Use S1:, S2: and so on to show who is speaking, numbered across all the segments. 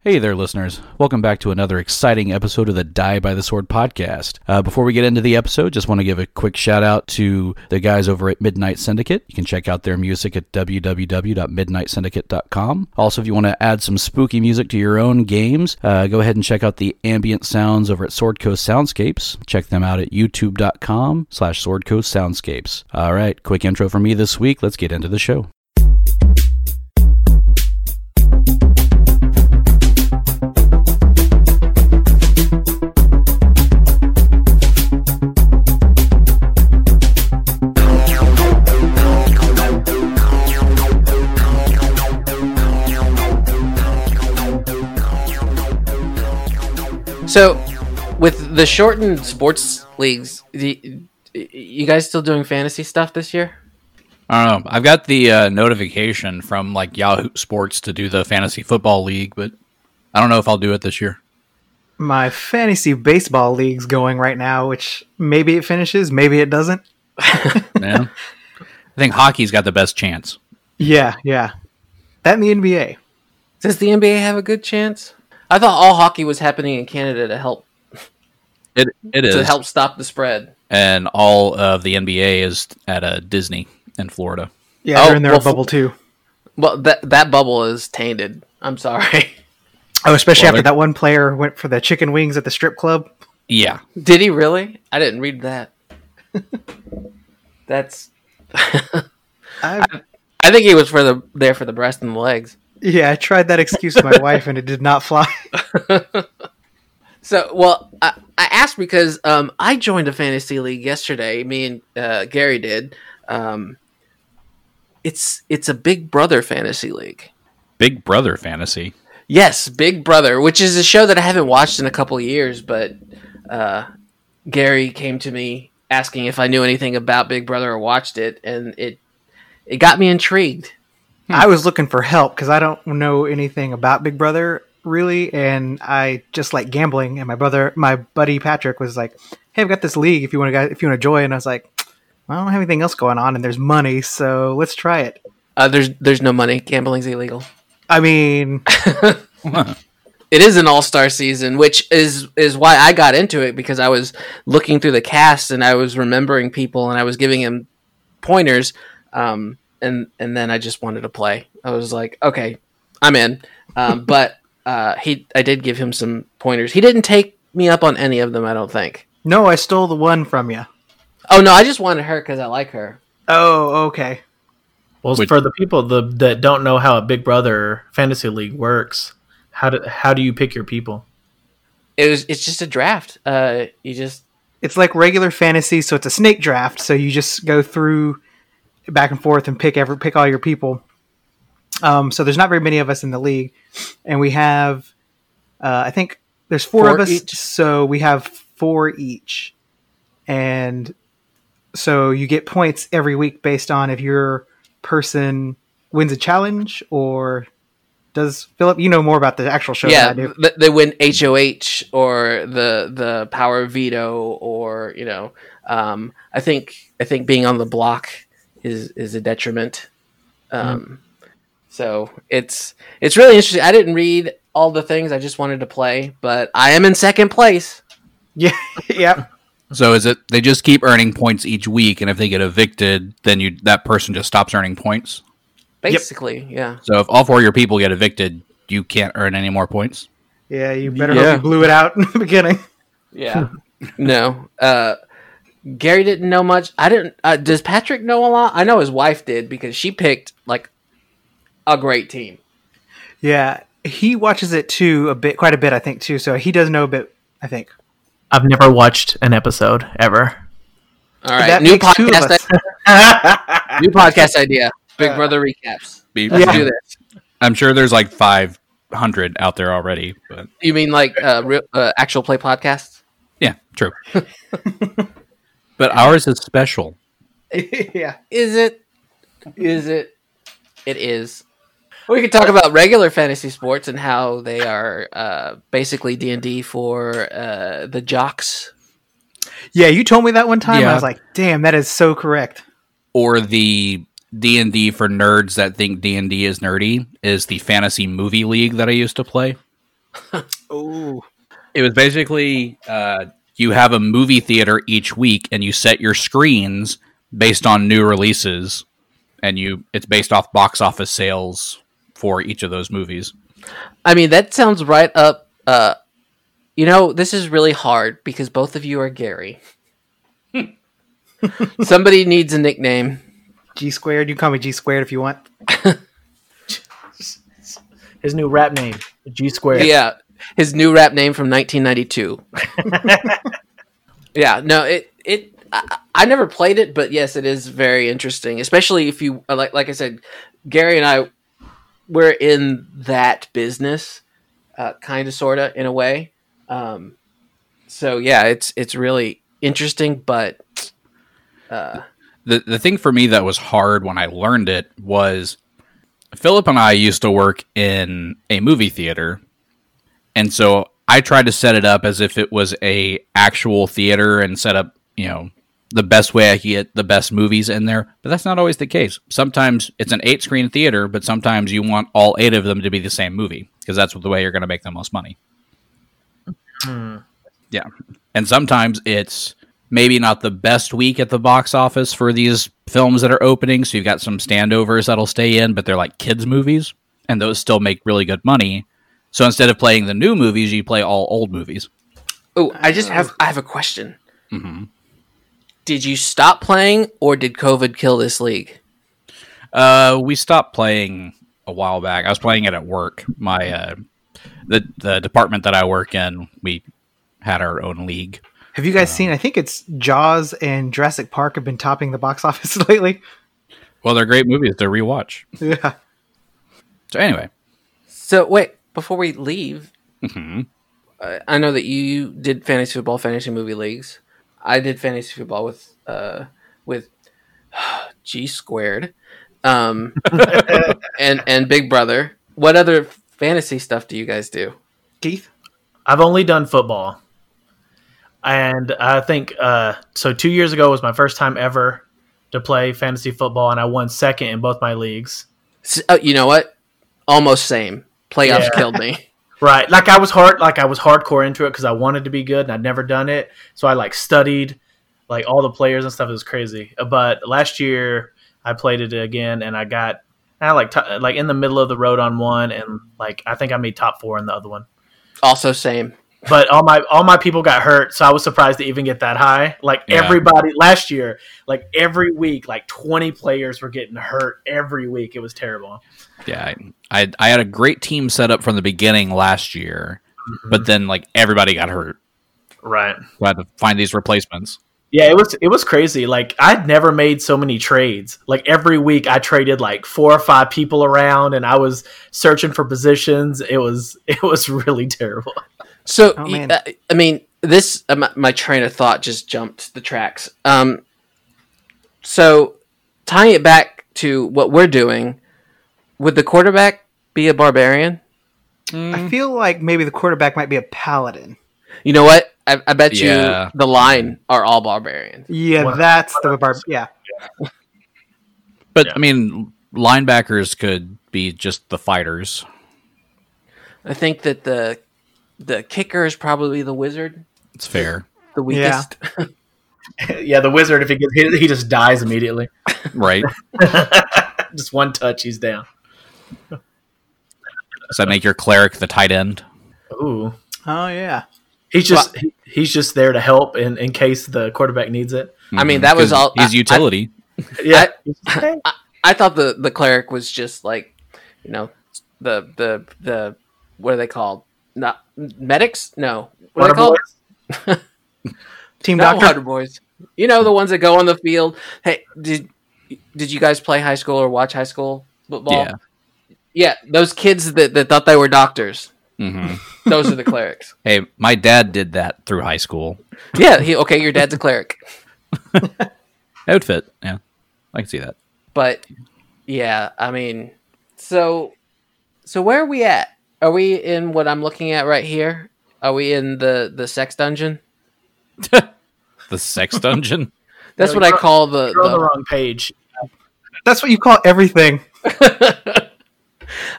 S1: Hey there, listeners. Welcome back to another exciting episode of the Die by the Sword podcast. Uh, before we get into the episode, just want to give a quick shout out to the guys over at Midnight Syndicate. You can check out their music at www.midnightsyndicate.com. Also, if you want to add some spooky music to your own games, uh, go ahead and check out the ambient sounds over at Sword Coast Soundscapes. Check them out at youtube.com slash Sword Coast Soundscapes. All right, quick intro for me this week. Let's get into the show.
S2: So, with the shortened sports leagues, the, you guys still doing fantasy stuff this year?
S3: I don't know. I've got the uh, notification from like Yahoo Sports to do the fantasy football league, but I don't know if I'll do it this year.
S4: my fantasy baseball league's going right now, which maybe it finishes, maybe it doesn't.
S3: Man, I think hockey's got the best chance.
S4: Yeah, yeah. That and the NBA.
S2: Does the NBA have a good chance? I thought all hockey was happening in Canada to help
S3: It it
S2: to
S3: is,
S2: help stop the spread.
S3: and all of the NBA is at a Disney in Florida.
S4: Yeah,
S2: Oh,
S4: they're in their
S2: well,
S4: bubble too.
S2: Well, that that bubble is tainted. I'm sorry.
S4: Oh, especially
S3: well,
S4: after
S3: they're-
S4: that one player went for the chicken wings at the strip club.
S3: Yeah,
S2: Did he really? I didn't read that. That's.
S4: I,
S2: I think he was for the there for the breast and the legs.
S4: yeah, I tried that excuse with my wife and it did not fly.
S2: So, well, I, I asked because um, I joined a fantasy league yesterday. Me and uh, Gary did. Um, it's it's a Big Brother fantasy league.
S3: Big Brother fantasy.
S2: Yes, Big Brother, which is a show that I haven't watched in a couple of years. But uh, Gary came to me asking if I knew anything about Big Brother or watched it, and it it got me intrigued. Hmm.
S4: I was looking for help because I don't know anything about Big Brother really, and I just like gambling. And my brother, my buddy Patrick, was like, "Hey, I've got this league. If you want to, if you want to join," and I was like, "Well, "I don't have anything else going on, and there's money, so let's try it."
S2: Uh, there's there's no money. Gambling's illegal.
S4: I mean,
S2: it is an all-star season which is is why i got into it because i was looking through the cast and i was remembering people and i was giving him pointers um, and and then i just wanted to play i was like okay i'm in um, but uh, he i did give him some pointers he didn't take me up on any of them i don't think
S4: no, I stole the one from you.
S2: oh no i just wanted her because i like her
S4: Oh, okay.
S5: Well,
S3: Which-
S5: for the people the, that don't know how a Big Brother fantasy league works, how do how do you pick your people?
S2: it was it's just a draft uh, you just
S4: It's like regular fantasy, so it's a snake draft. So you just go through back and forth and pick every pick all your people. Um, so there's not very many of us in the league, and we have, uh, I think there's four,
S2: Four
S4: of us.
S2: each?
S4: So we have four each, and so you get points every week based on if your person wins a challenge or does Philip. You know more about the actual show
S2: yeah
S4: than I do.
S2: th- they win HOH or the the power of veto or you know um, I think I think being on the block is is a detriment um, so it's it's really interesting I didn't read all the things I just wanted to play but I am in second place
S4: Yeah, yeah.
S3: So is it they just keep earning points each week, and if they get evicted, then you that person just stops earning points.
S2: basically yeah
S3: So if all four of your people get evicted, you can't earn any more points.
S4: Yeah, you better
S2: Yeah.
S4: hope you blew it out in the beginning.
S2: yeah no uh Gary didn't know much I didn't uh, does Patrick know a lot I know his wife did because she picked like a great team
S4: Yeah, he watches it too a bit, quite a bit, I think too. So he does know a bit, I think.
S5: I've never watched an episode ever.
S2: All right,
S4: That
S2: new
S4: makes two of
S2: podcast,
S4: us.
S2: idea- new podcast idea. Big Brother recaps.
S3: Be-
S2: Let's do this.
S3: I'm sure there's like 500 out there already, but
S2: You mean like uh, real, uh, actual play podcasts?
S3: yeah, true. but ours is special.
S4: yeah,
S2: Is it? Is it? It is. We could talk about regular fantasy sports and how they are uh, basically D and D for uh, the jocks.
S4: yeah. You told me that one time. I
S3: Yeah.
S4: was like, "Damn, that is so correct."
S3: Or the D&D for nerds that think D&D is nerdy is the fantasy movie league that I used to play.
S4: Oh,
S3: It was basically uh, you have a movie theater each week, and you set your screens based on new releases, and you it's based off box office sales for each of those movies.
S2: I mean, that sounds right up. Uh, you know, this is really hard because both of you are Gary. Somebody needs a nickname.
S4: G squared. You can call me G squared if you want.
S5: His new rap name, G Square.
S2: Yeah, his new rap name from 1992. yeah, no, it it I, I never played it, but yes, it is very interesting, especially if you uh, like like I said, Gary and I we're in that business, uh, kind of sorta in a way. Um, so yeah, it's it's really interesting, but uh,
S3: the the thing for me that was hard when I learned it was Philip and I used to work in a movie theater, and so I tried to set it up as if it was a actual theater and set up you know the best way I could get the best movies in there, but that's not always the case. Sometimes it's an eight screen theater, but sometimes you want all eight of them to be the same movie because that's the way you're going to make the most money.
S5: Hmm.
S3: And sometimes it's maybe not the best week at the box office for these films that are opening. So you've got some standovers that'll stay in, but they're like kids' movies, and those still make really good money. So instead of playing the new movies, you play all old movies.
S2: oh, I just have I have a question.
S3: hmm
S2: Did you stop playing, or did COVID kill this league?
S3: Uh, we stopped playing a while back. I was playing it at work. My uh, the the department that I work in, we had our own league.
S4: Have you guys seen? I think it's Jaws and Jurassic Park have been topping the box office lately.
S3: Well, they're great movies to rewatch.
S4: Yeah.
S3: So anyway,
S2: So wait, before we leave,
S3: hmm
S2: I I know that you did fantasy football, fantasy movie leagues. I did fantasy football with uh with G squared, um, and and Big Brother. What other fantasy stuff do you guys do?
S4: Keith.
S5: I've only done football. And I think uh, so. Two years ago was my first time ever to play fantasy football, and I won second in both my leagues.
S2: S- oh, you know what? Almost same. Playoffs
S5: Yeah.
S2: killed me.
S5: Right, like I was hard, like I was hardcore into it because I wanted to be good, and I'd never done it. So I like studied, like all the players and stuff. It was crazy. But last year I played it again, and I got I like to like in the middle of the road on one, and like I think I made top four in the other one.
S2: Also same.
S5: but all my all my people got hurt, so I was surprised to even get that high. Like
S3: Yeah.
S5: everybody last year, like every week, like twenty players were getting hurt every week. It was terrible.
S3: Yeah, I, I I had a great team set up from the beginning last year,
S2: Mm-hmm.
S3: but then like everybody got hurt.
S5: Right.
S3: So I had to find these replacements.
S5: Yeah, it was it was crazy. Like I'd never made so many trades. Like every week I traded like four or five people around and I was searching for positions. It was it was really terrible.
S2: So,
S4: Oh,
S2: y-
S4: man.
S2: uh, I mean, this uh, my, my train of thought just jumped the tracks. Um, so, tying it back to what we're doing, would the quarterback be a barbarian? Mm.
S4: I feel like maybe the quarterback might be a paladin.
S2: You know what? I, I bet
S3: Yeah.
S2: you the line are all barbarians.
S4: Yeah,
S5: One-
S4: that's the bar. Yeah.
S3: But
S5: Yeah.
S3: I mean, linebackers could be just the fighters.
S2: I think that the the kicker is probably the wizard,
S3: It's fair,
S2: the weakest.
S5: yeah, the wizard if he gets hit, he just dies immediately.
S3: right?
S5: just one touch, he's down.
S3: Does that make your cleric the tight end?
S5: Ooh.
S4: Oh yeah.
S5: He's just he- he's just there to help in, in case the quarterback needs it.
S2: I mean, that was
S3: Mm-hmm. 'Cause
S2: all-
S3: Mm, He's
S2: I- I-
S3: utility.
S5: Yeah. Hey.
S2: I thought the the cleric was just like, you know, the the the what are they called? Not medics? No, what are
S5: Water
S2: they called?
S5: boys.
S4: Team
S2: Not
S4: doctor.
S2: Water Boys. You know the ones that go on the field. Hey, did did you guys play high school or watch high school football?
S3: Yeah.
S2: Yeah, those kids that, that thought they were doctors.
S3: hmm
S2: Mm-hmm. Those are the clerics.
S3: Hey, my dad did that through high school.
S2: Yeah, he, okay, your dad's a cleric.
S3: That would fit. Yeah, I can see that.
S2: But yeah, I mean, so so where are we at? Are we in what I'm looking at right here? Are we in the the sex dungeon?
S3: The sex dungeon.
S2: That's
S5: No,
S2: what I
S5: you're-
S2: call the,
S5: You're on the
S2: the
S5: wrong page.
S4: That's what you call everything.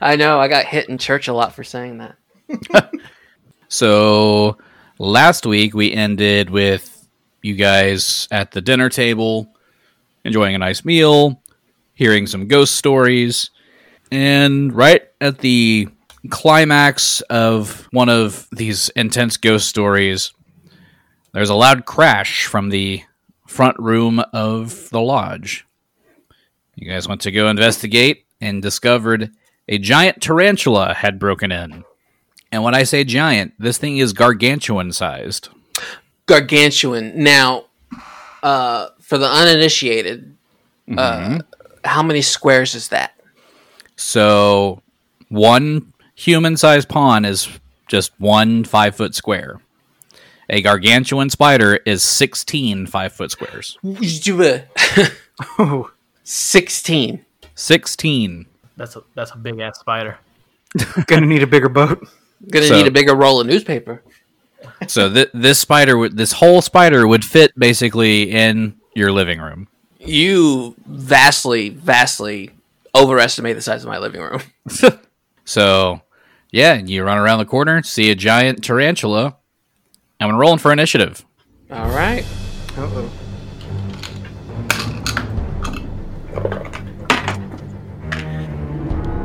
S2: I know I got hit in church a lot for saying that.
S3: So last week we ended with you guys at the dinner table, enjoying a nice meal, hearing some ghost stories, and right at the climax of one of these intense ghost stories, there's a loud crash from the front room of the lodge. You guys went to go investigate and discovered a giant tarantula had broken in. And when I say giant, this thing is gargantuan sized.
S2: gargantuan. Now, uh, for the uninitiated, uh, how many squares is that?
S3: So one human sized pawn is just one five foot square. A gargantuan spider is 16 five foot squares.
S4: Ooh.
S2: Sixteen.
S3: 16.
S5: That's a that's a big ass spider.
S4: Gonna need a bigger boat.
S2: Gonna
S3: So-
S2: need a bigger roll of newspaper.
S3: So th- this spider, would, this whole spider would fit basically in your living room.
S2: You vastly, vastly overestimate the size of my living room.
S3: So yeah, you run around the corner, see a giant tarantula. I'm rolling for initiative.
S2: All right.
S4: Uh-oh.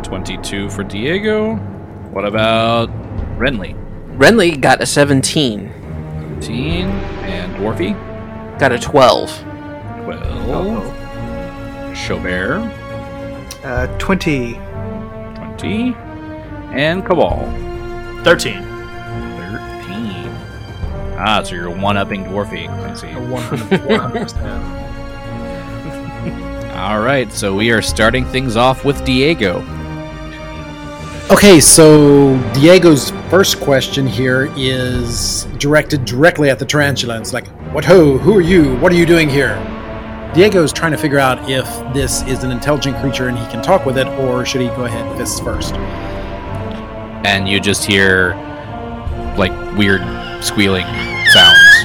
S3: Twenty-two for Diego. What about Renly?
S2: Renly got a 17,
S3: 15 and Dwarfy.
S2: got a 12.
S3: 12. Chaubert.
S4: Uh, 20.
S3: 20. And Cabal. 13.
S5: Thirteen.
S3: Ah, so you're one upping Dwarfy. I see.
S5: One hundred percent.
S3: All right, so we are starting things off with Diego.
S6: Okay, so Diego's first question here is directed directly at the tarantula. It's like, what ho, who are you? What are you doing here? Diego's trying to figure out if this is an intelligent creature and he can talk with it, or should he go ahead fists first?
S3: And you just hear, like, weird squealing sounds.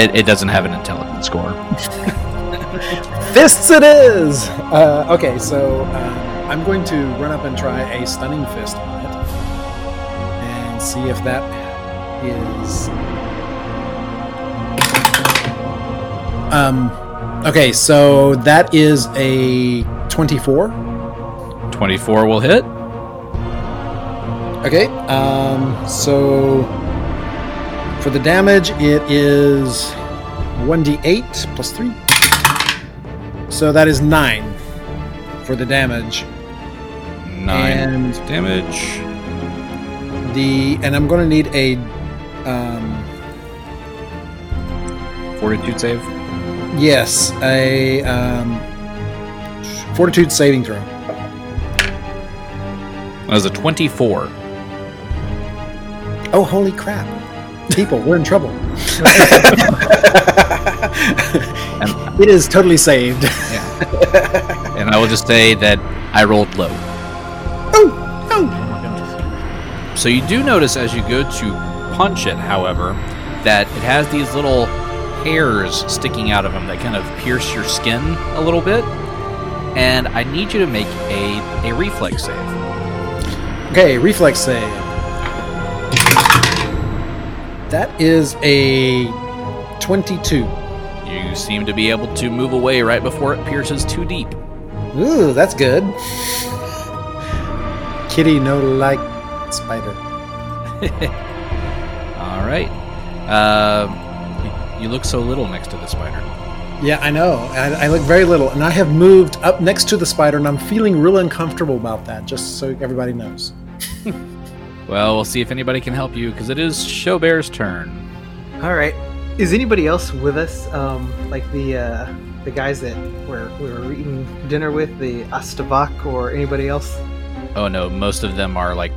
S3: it, it doesn't have an intelligence score.
S6: Fists it is! Uh, okay, so uh, I'm going to run up and try a stunning fist on it and see if that is. Um, okay, so that is a 24.
S3: 24 will hit.
S6: Okay, um, so for the damage, it is 1d8 plus 3. So that is 9 for the damage.
S3: 9
S6: And-
S3: damage.
S6: The And I'm going to need a. Um,
S3: Fortitude save.
S6: yes, a. Um, fortitude saving throw.
S3: That was a 24.
S6: Oh, holy crap. People, we're in trouble. it is totally saved.
S3: And I will just say that I rolled low. So you do notice as you go to punch it, however, that it has these little hairs sticking out of him that kind of pierce your skin a little bit. And I need you to make a, a reflex save.
S6: Okay, reflex save. That is a 22.
S3: You seem to be able to move away right before it pierces too deep.
S6: Ooh, that's good. Kitty no like spider.
S3: All right. Uh, you look so little next to the spider.
S6: Yeah, I know. I, I look very little, and I have moved up next to the spider, and I'm feeling real uncomfortable about that, just so everybody knows.
S3: Well, we'll see if anybody can help you because it is Showbear's turn.
S4: All right. Is anybody else with us? Um, like the uh, the guys that were we were eating dinner with, the Astavak or anybody else?
S3: Oh no, most of them are like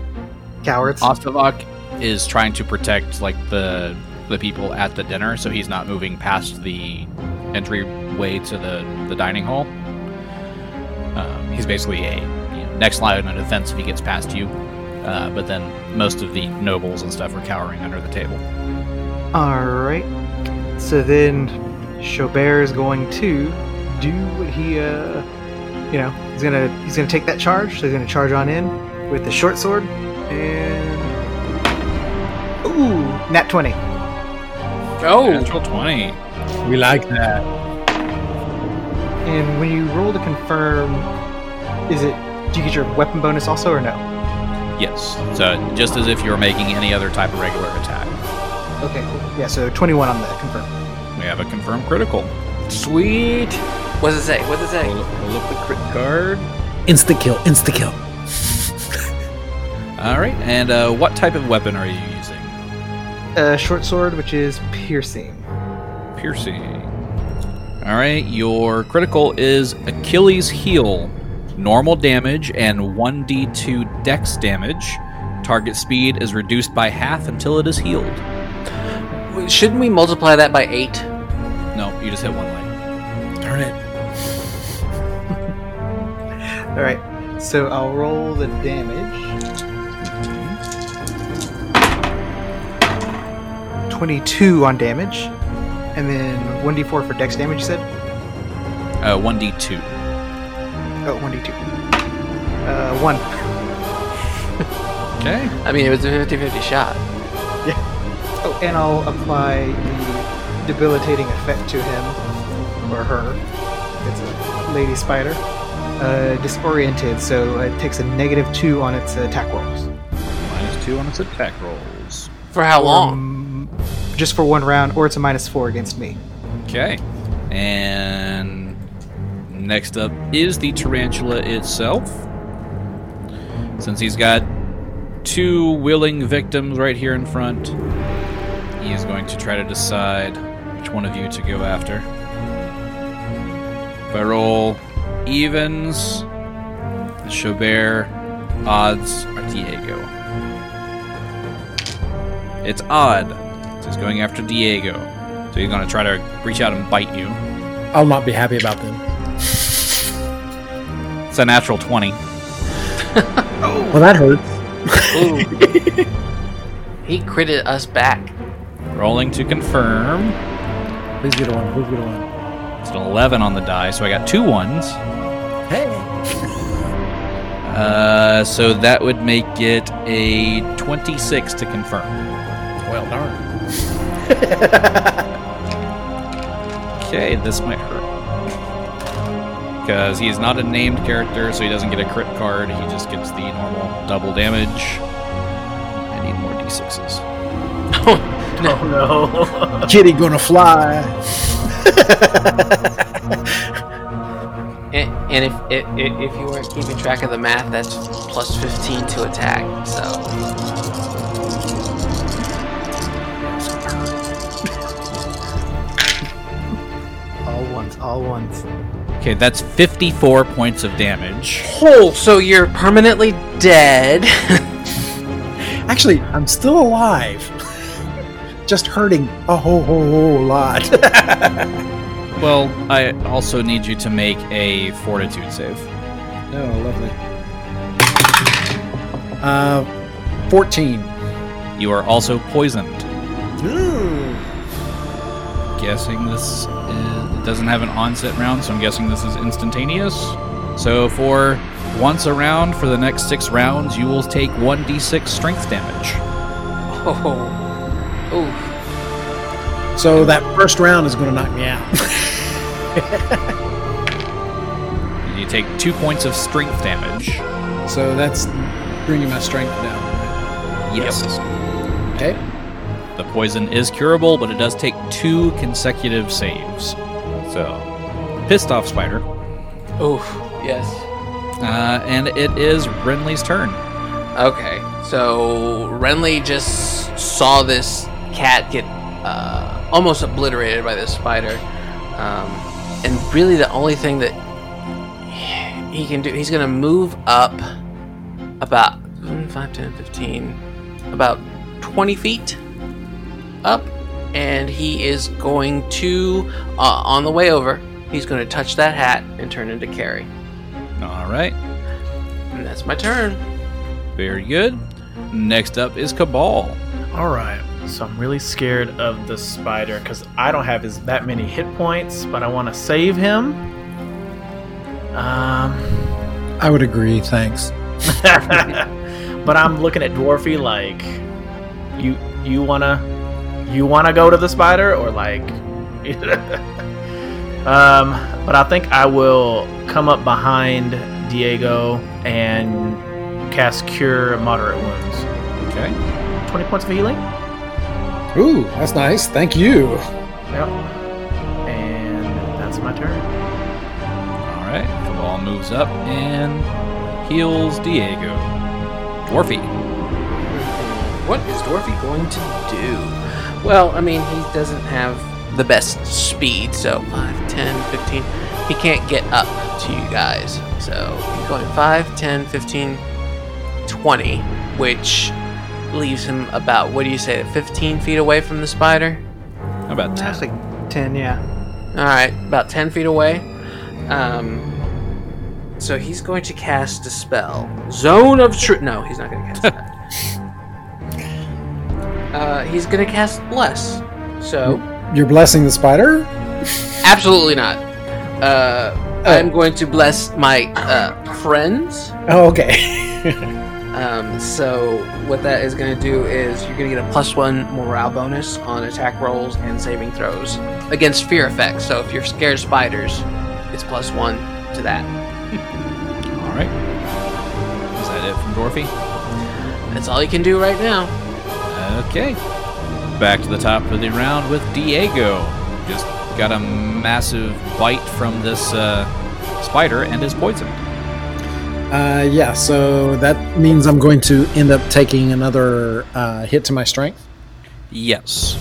S4: Cowards.
S3: Ostavak is trying to protect like the the people at the dinner, so he's not moving past the entryway to the the dining hall. Um, he's basically a you know, next line of defense if he gets past you. Uh, but then most of the nobles and stuff are cowering under the table.
S4: All right. So then, Chaubert is going to do what he, uh, you know, he's gonna he's gonna take that charge. So he's gonna charge on in with the short sword And ooh, nat twenty.
S2: Oh,
S3: Natural 20.
S6: We like that.
S4: And when you roll to confirm, is it? Do you get your weapon bonus also or no?
S3: Yes. So just as if you were making any other type of regular attack.
S4: Okay, cool. Yeah, so twenty-one on the confirm.
S3: We have a confirmed critical.
S2: sweet. What's it say? What's it say?
S3: Pull up, pull up the crit card.
S6: Insta kill, insta kill.
S3: All right. And uh, what type of weapon are you using?
S4: Uh, short sword, which is piercing.
S3: Piercing. All right. Your critical is Achilles' heel. Normal damage and 1d2 dex damage. Target speed is reduced by half until it is healed.
S2: Shouldn't we multiply that by eight?
S3: No, you just hit one leg.
S6: Darn it.
S4: All right, so I'll roll the damage. Twenty-two on damage, and then one d four for dex damage. You said?
S3: Uh, 1d2.
S4: Oh, one d two. Uh, one.
S3: Okay.
S2: I mean, it was a 50-50 shot.
S4: Oh, and I'll apply the debilitating effect to him or her. It's a lady spider. Uh, disoriented, so it takes a negative two on its attack rolls.
S3: Minus two on its attack rolls.
S2: For how long?
S4: Um, just for one round, or it's a minus four against me.
S3: Okay. And next up is the tarantula itself. Since he's got two willing victims right here in front, he is going to try to decide which one of you to go after. If I roll evens, Chabert, odds, or Diego. It's odd. So he's going after Diego. So he's going to try to reach out and bite you.
S6: I'll not be happy about them.
S3: It's a natural 20.
S6: Well, that hurts.
S2: Ooh. he critted us back.
S3: Rolling to confirm.
S6: Please get a one. Please get a one.
S3: It's an 11 on the die, so I got two ones.
S6: Hey.
S3: Uh, so that would make it a 26 to confirm.
S6: Well, darn.
S3: Okay, this might hurt. Because he is not a named character, so he doesn't get a crit card. He just gets the normal double damage. I need more d6s.
S5: Oh no.
S6: Kitty gonna fly.
S2: And, and if, if if if you weren't keeping track of the math, that's plus 15 to attack. So
S4: All ones, all ones.
S3: Okay, that's 54 points of damage.
S2: oh, so you're permanently dead.
S6: Actually, I'm still alive. Just hurting a whole, whole, whole lot.
S3: Well, I also need you to make a fortitude save.
S6: oh, lovely. Uh, 14.
S3: You are also poisoned.
S6: Ooh.
S3: guessing this is, it doesn't have an onset round, so I'm guessing this is instantaneous. So for once a round for the next six rounds, you will take 1d6 strength damage.
S2: oh, ooh.
S6: So that first round is gonna knock me out.
S3: You take two points of strength damage.
S6: So that's bringing my strength down.
S3: Yes.
S6: Okay.
S3: The poison is curable, but it does take two consecutive saves. So, pissed off spider.
S2: Oof. Yes.
S3: Uh, and it is Renly's turn.
S2: Okay. So Renly just saw this cat get uh, almost obliterated by this spider, um, and really the only thing that he can do, he's gonna move up about mm, 5, 10, 15, about 20 feet up, and he is going to uh, on the way over. He's going to touch that hat and turn into Carrie,
S3: All right.
S2: and that's my turn.
S3: Very good. Next up is Cabal.
S5: All right. So I'm really scared of the spider because I don't have his that many hit points, but I want to save him. Um,
S6: I would agree, thanks.
S5: I But I'm looking at Dwarfy like, you you wanna you wanna go to the spider or like, um. But I think I will come up behind Diego and cast Cure Moderate Wounds.
S3: Okay.
S5: Twenty points of healing.
S6: Ooh, that's nice. Thank you.
S5: Yep. And that's my turn.
S3: All right. Cabal moves up and heals Diego. Dwarfy.
S2: What is Dwarfy going to do? Well, I mean, he doesn't have the best speed, so 5, 10, 15. He can't get up to you guys. So he's going 5, 10, 15, 20, which leaves him about, what do you say, 15 feet away from the spider?
S3: How about ten?
S4: That's like 10, yeah.
S2: All right, about 10 feet away. Um, so he's going to cast a spell. Zone of Truth. No, he's not going to cast that. Uh, he's going to cast Bless. So,
S6: You're blessing the spider?
S2: absolutely not. Uh, I'm going to bless my uh, friends.
S6: Oh, okay.
S2: Um, so, what that is going to do is you're going to get a plus one morale bonus on attack rolls and saving throws against fear effects. So, if you're scared of spiders, it's plus one to that.
S3: All right. Is that it from Dwarfy?
S2: That's all you can do right now.
S3: Okay. Back to the top of the round with Diego. Just got a massive bite from this uh, spider and is poisoned.
S6: Uh, yeah, so that means I'm going to end up taking another uh, hit to my strength.
S3: Yes.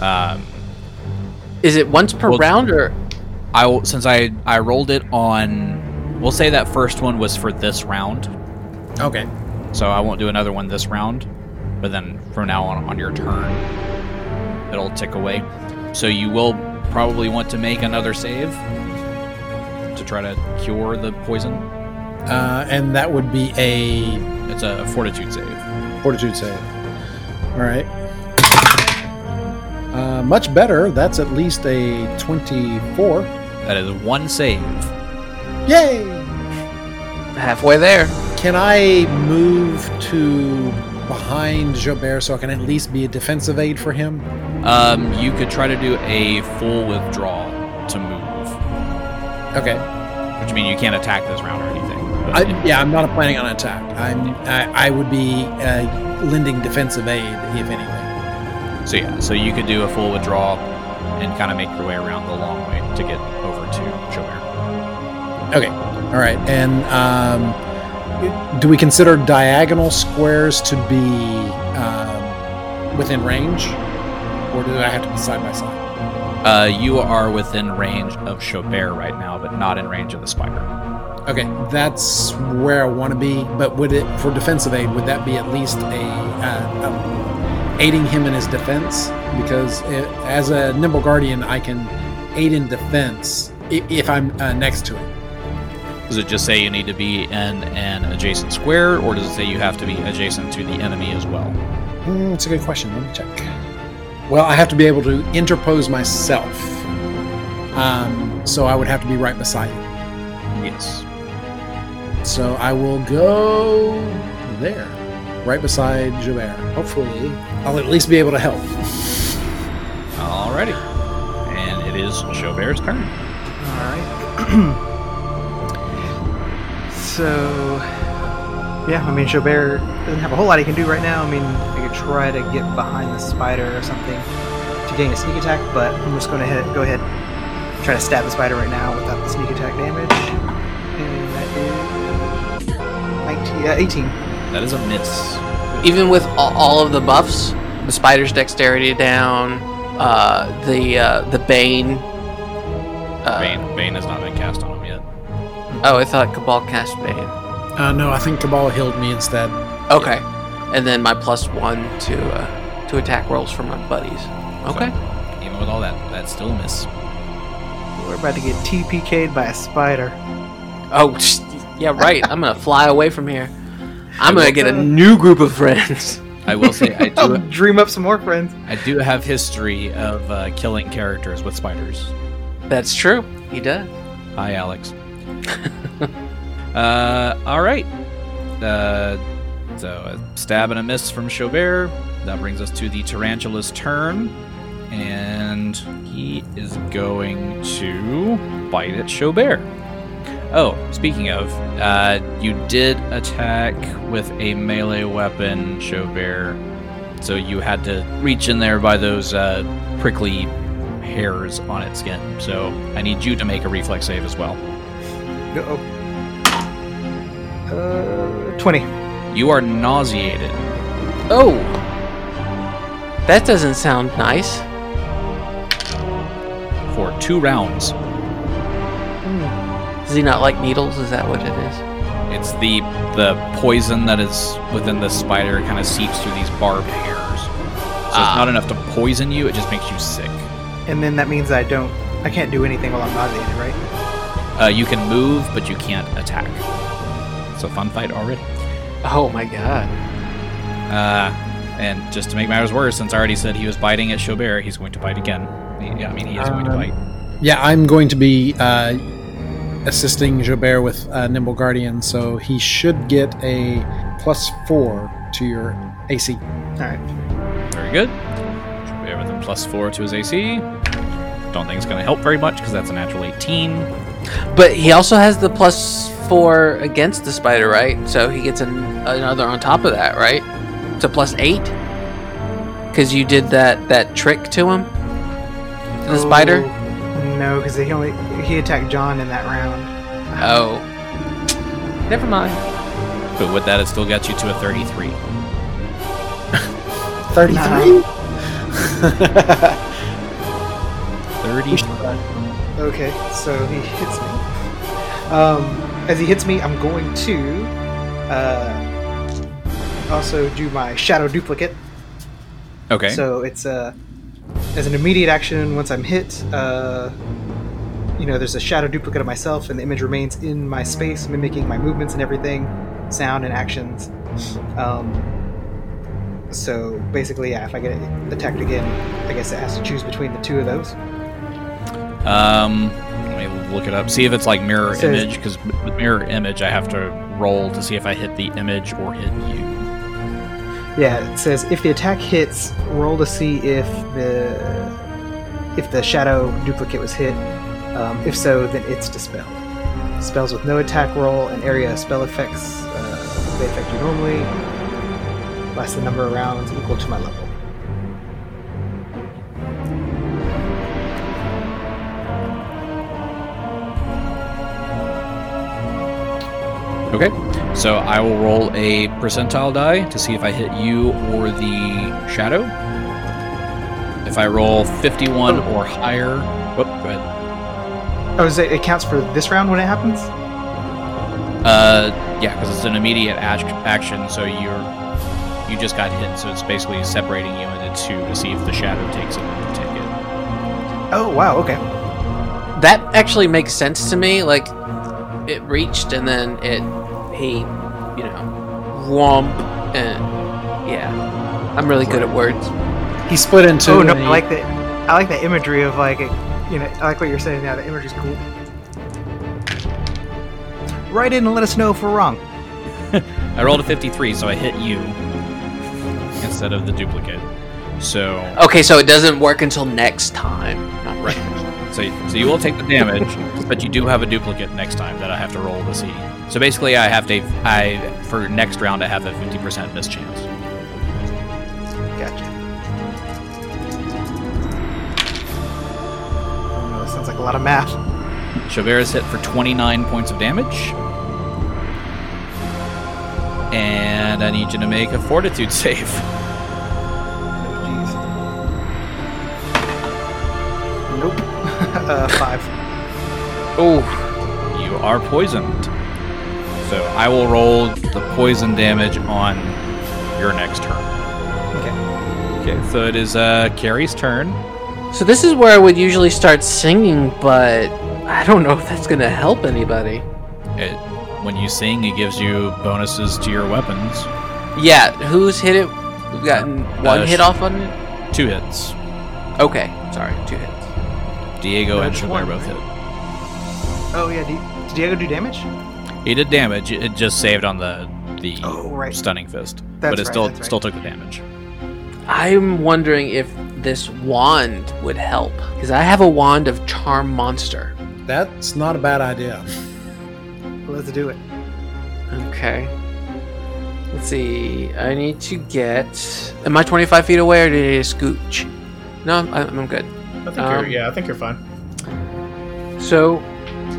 S3: Um,
S2: Is it once per
S3: Well-
S2: round or?
S3: I will- since I I rolled it on. We'll say that first one was for this round,
S6: Okay.
S3: so I won't do another one this round. But then from now on, on your turn, it'll tick away. So you will probably want to make another save to try to cure the poison.
S6: Uh, and that would be a
S3: It's a fortitude save.
S6: fortitude save. All right. Uh, much better. That's at least a 24.
S3: That is one save.
S6: Yay!
S2: Halfway there.
S6: Can I move to behind Jobert so I can at least be a defensive aid for him?
S3: Um, you could try to do a full withdrawal to move,
S6: Okay.
S3: which means you can't attack this round or anything. but
S6: I,
S3: it-
S6: yeah, I'm not planning on attack. I'm, I, I would be uh, lending defensive aid, if anything.
S3: So yeah, so you could do a full withdrawal and kind of make your way around the long way to get over to Jobert.
S6: Okay. All right. And um, do we consider diagonal squares to be um, within range? Or do I have to be side by side?
S3: Uh, you are within range of Jobert right now, but not in range of the spider.
S6: Okay. That's where I want to be. But would it, for defensive aid, would that be at least a. Uh, a aiding him in his defense because it, as a nimble guardian i can aid in defense i- if i'm uh, next to him
S3: Does it just say you need to be in an adjacent square, or does it say you have to be adjacent to the enemy as well?
S6: Mm, that's a good question. Let me check. Well, I have to be able to interpose myself. Um, so I would have to be right beside him.
S3: Yes.
S6: So I will go there, right beside Javert. Hopefully, I'll at least be able to help.
S3: Alrighty. And it is Jobert's turn.
S4: All right. so, yeah, I mean, Jobert doesn't have a whole lot he can do right now. I mean, I could try to get behind the spider or something to gain a sneak attack, but I'm just going to hit, go ahead and try to stab the spider right now without the sneak attack damage. And that is 19, uh, 18.
S3: That is a miss.
S2: Even with a- all of the buffs, the spider's dexterity down, uh, the uh, the bane. Uh,
S3: Bane, Bane has not been cast on him yet.
S2: Oh, I thought Cabal cast bane.
S6: Uh, no, I think Cabal healed me instead.
S2: Okay, and then my plus one to uh, to attack rolls for my buddies. Okay.
S3: So, even with all that, that's still a miss.
S4: We're about to get TPK'd by a spider.
S2: Oh, yeah, right. I'm gonna fly away from here. I'm gonna get a new group of friends.
S3: I will say I
S4: Oh,
S3: do
S4: dream up some more friends.
S3: I do have history of uh, killing characters with spiders.
S2: That's true. He does.
S3: Hi, Alex. uh, all right. Uh, So a stab and a miss from Chaubert. That brings us to the tarantula's turn. And he is going to bite at Chaubert. Oh, speaking of, uh, you did attack with a melee weapon, Chaubert. So you had to reach in there by those uh, prickly hairs on its skin. So I need you to make a reflex save as well.
S4: Uh-oh. Uh, 20.
S3: You are nauseated.
S2: Oh, that doesn't sound nice.
S3: for two rounds.
S2: Does he not like needles? Is that what it is?
S3: It's the the poison that is within the spider kind of seeps through these barbed hairs. So
S2: Ah.
S3: it's not enough to poison you; it just makes you sick.
S4: And then that means I don't, I can't do anything while I'm nauseated, right?
S3: Uh, you can move, but you can't attack. It's a fun fight already.
S2: Oh my god.
S3: Uh, and just to make matters worse, since I already said he was biting at Chaubert, he's going to bite again. Yeah, I mean he is going to
S5: Um,
S3: bite.
S6: Yeah, I'm going to be uh, assisting Jobert with uh, Nimble Guardian, so he should get a plus four to your AC.
S4: All right.
S3: Very good. Chaubert with a plus four to his AC. Don't think it's going to help very much because that's a natural 18.
S2: But he also has the plus four against the spider, right? So he gets an, another on top of that, right? To plus eight. Because you did that that trick to him. To the spider.
S4: Oh, No, because he only, he attacked John in that round.
S2: Oh. Never mind.
S3: But with that, it still got you to a 33.
S6: 33?
S3: 30.
S4: Okay, so he hits me. Um, as he hits me, I'm going to uh, also do my shadow duplicate.
S3: Okay.
S4: So it's uh, as an immediate action once I'm hit. Uh, you know, there's a shadow duplicate of myself, and the image remains in my space, mimicking my movements and everything, sound and actions. Um, so basically, yeah, if I get attacked again, I guess it has to choose between the two of those.
S3: Um, let me look it up. See if it's like mirror
S4: It says-
S3: image, because with mirror image, I have to roll to see if I hit the image or hit you.
S4: Yeah, it says if the attack hits, roll to see if the if the shadow duplicate was hit. Um, if so, then it's dispelled. Spells with no attack roll and area of spell effects uh, they affect you normally. Last the number of rounds equal to my level.
S3: Okay. So I will roll a percentile die to see if I hit you or the shadow. If I roll 51 or higher, whoop, go ahead.
S4: Oh, is it, it counts for this round when it happens?
S3: Uh, yeah, because it's an immediate act- action, so you're you just got hit, so it's basically separating you into two to see if the shadow takes it or you take it.
S4: Oh wow, okay.
S2: That actually makes sense to me. Like, it reached and then it he, you know, womp and yeah. I'm really good at words.
S6: He split into.
S4: oh no,
S6: a-
S4: I like that. I like that imagery of like, it, you know, I like what you're saying now. The imagery's cool. Write in and let us know if we're wrong.
S3: I rolled a 53, so I hit you instead of the duplicate. So,
S2: Okay, so it doesn't work until next time. Not right.
S3: so, so you will take the damage, but you do have a duplicate next time that I have to roll to see. So basically, I have to, I for next round, I have a 50% miss chance.
S4: Gotcha. Oh, that sounds like a lot of math.
S3: Chaubert is hit for 29 points of damage, and I need you to make a Fortitude save.
S4: Jeez. Nope. uh, five.
S2: Oh,
S3: You are poisoned. So I will roll the poison damage on your next turn.
S4: Okay.
S3: Okay, so it is uh, Carrie's turn.
S2: so this is where I would usually start singing, but I don't know if that's gonna help anybody.
S3: It, when you sing, it gives you bonuses to your weapons.
S2: Yeah, who's hit it? We've gotten one
S3: Uh,
S2: hit
S3: sh-
S2: off on it.
S3: Two hits.
S2: Okay, sorry, two hits.
S3: Diego and
S4: That's
S3: Chabert
S4: one,
S3: both hit.
S4: Oh yeah. Do you, did Diego do damage?
S3: He did damage. It just saved on the the the
S4: Oh, right.
S3: stunning fist,
S4: That's
S3: but it
S4: right,
S3: still
S4: that's right.
S3: still took the damage.
S2: I'm wondering if this wand would help because I have a wand of charm monster.
S6: That's not a bad idea.
S4: Let's do it.
S2: Okay. Let's see. I need to get. Am I 25 feet away or did I scooch? No, I'm, I'm good.
S5: I think
S2: Um,
S5: you're, yeah, I think you're fine.
S2: So,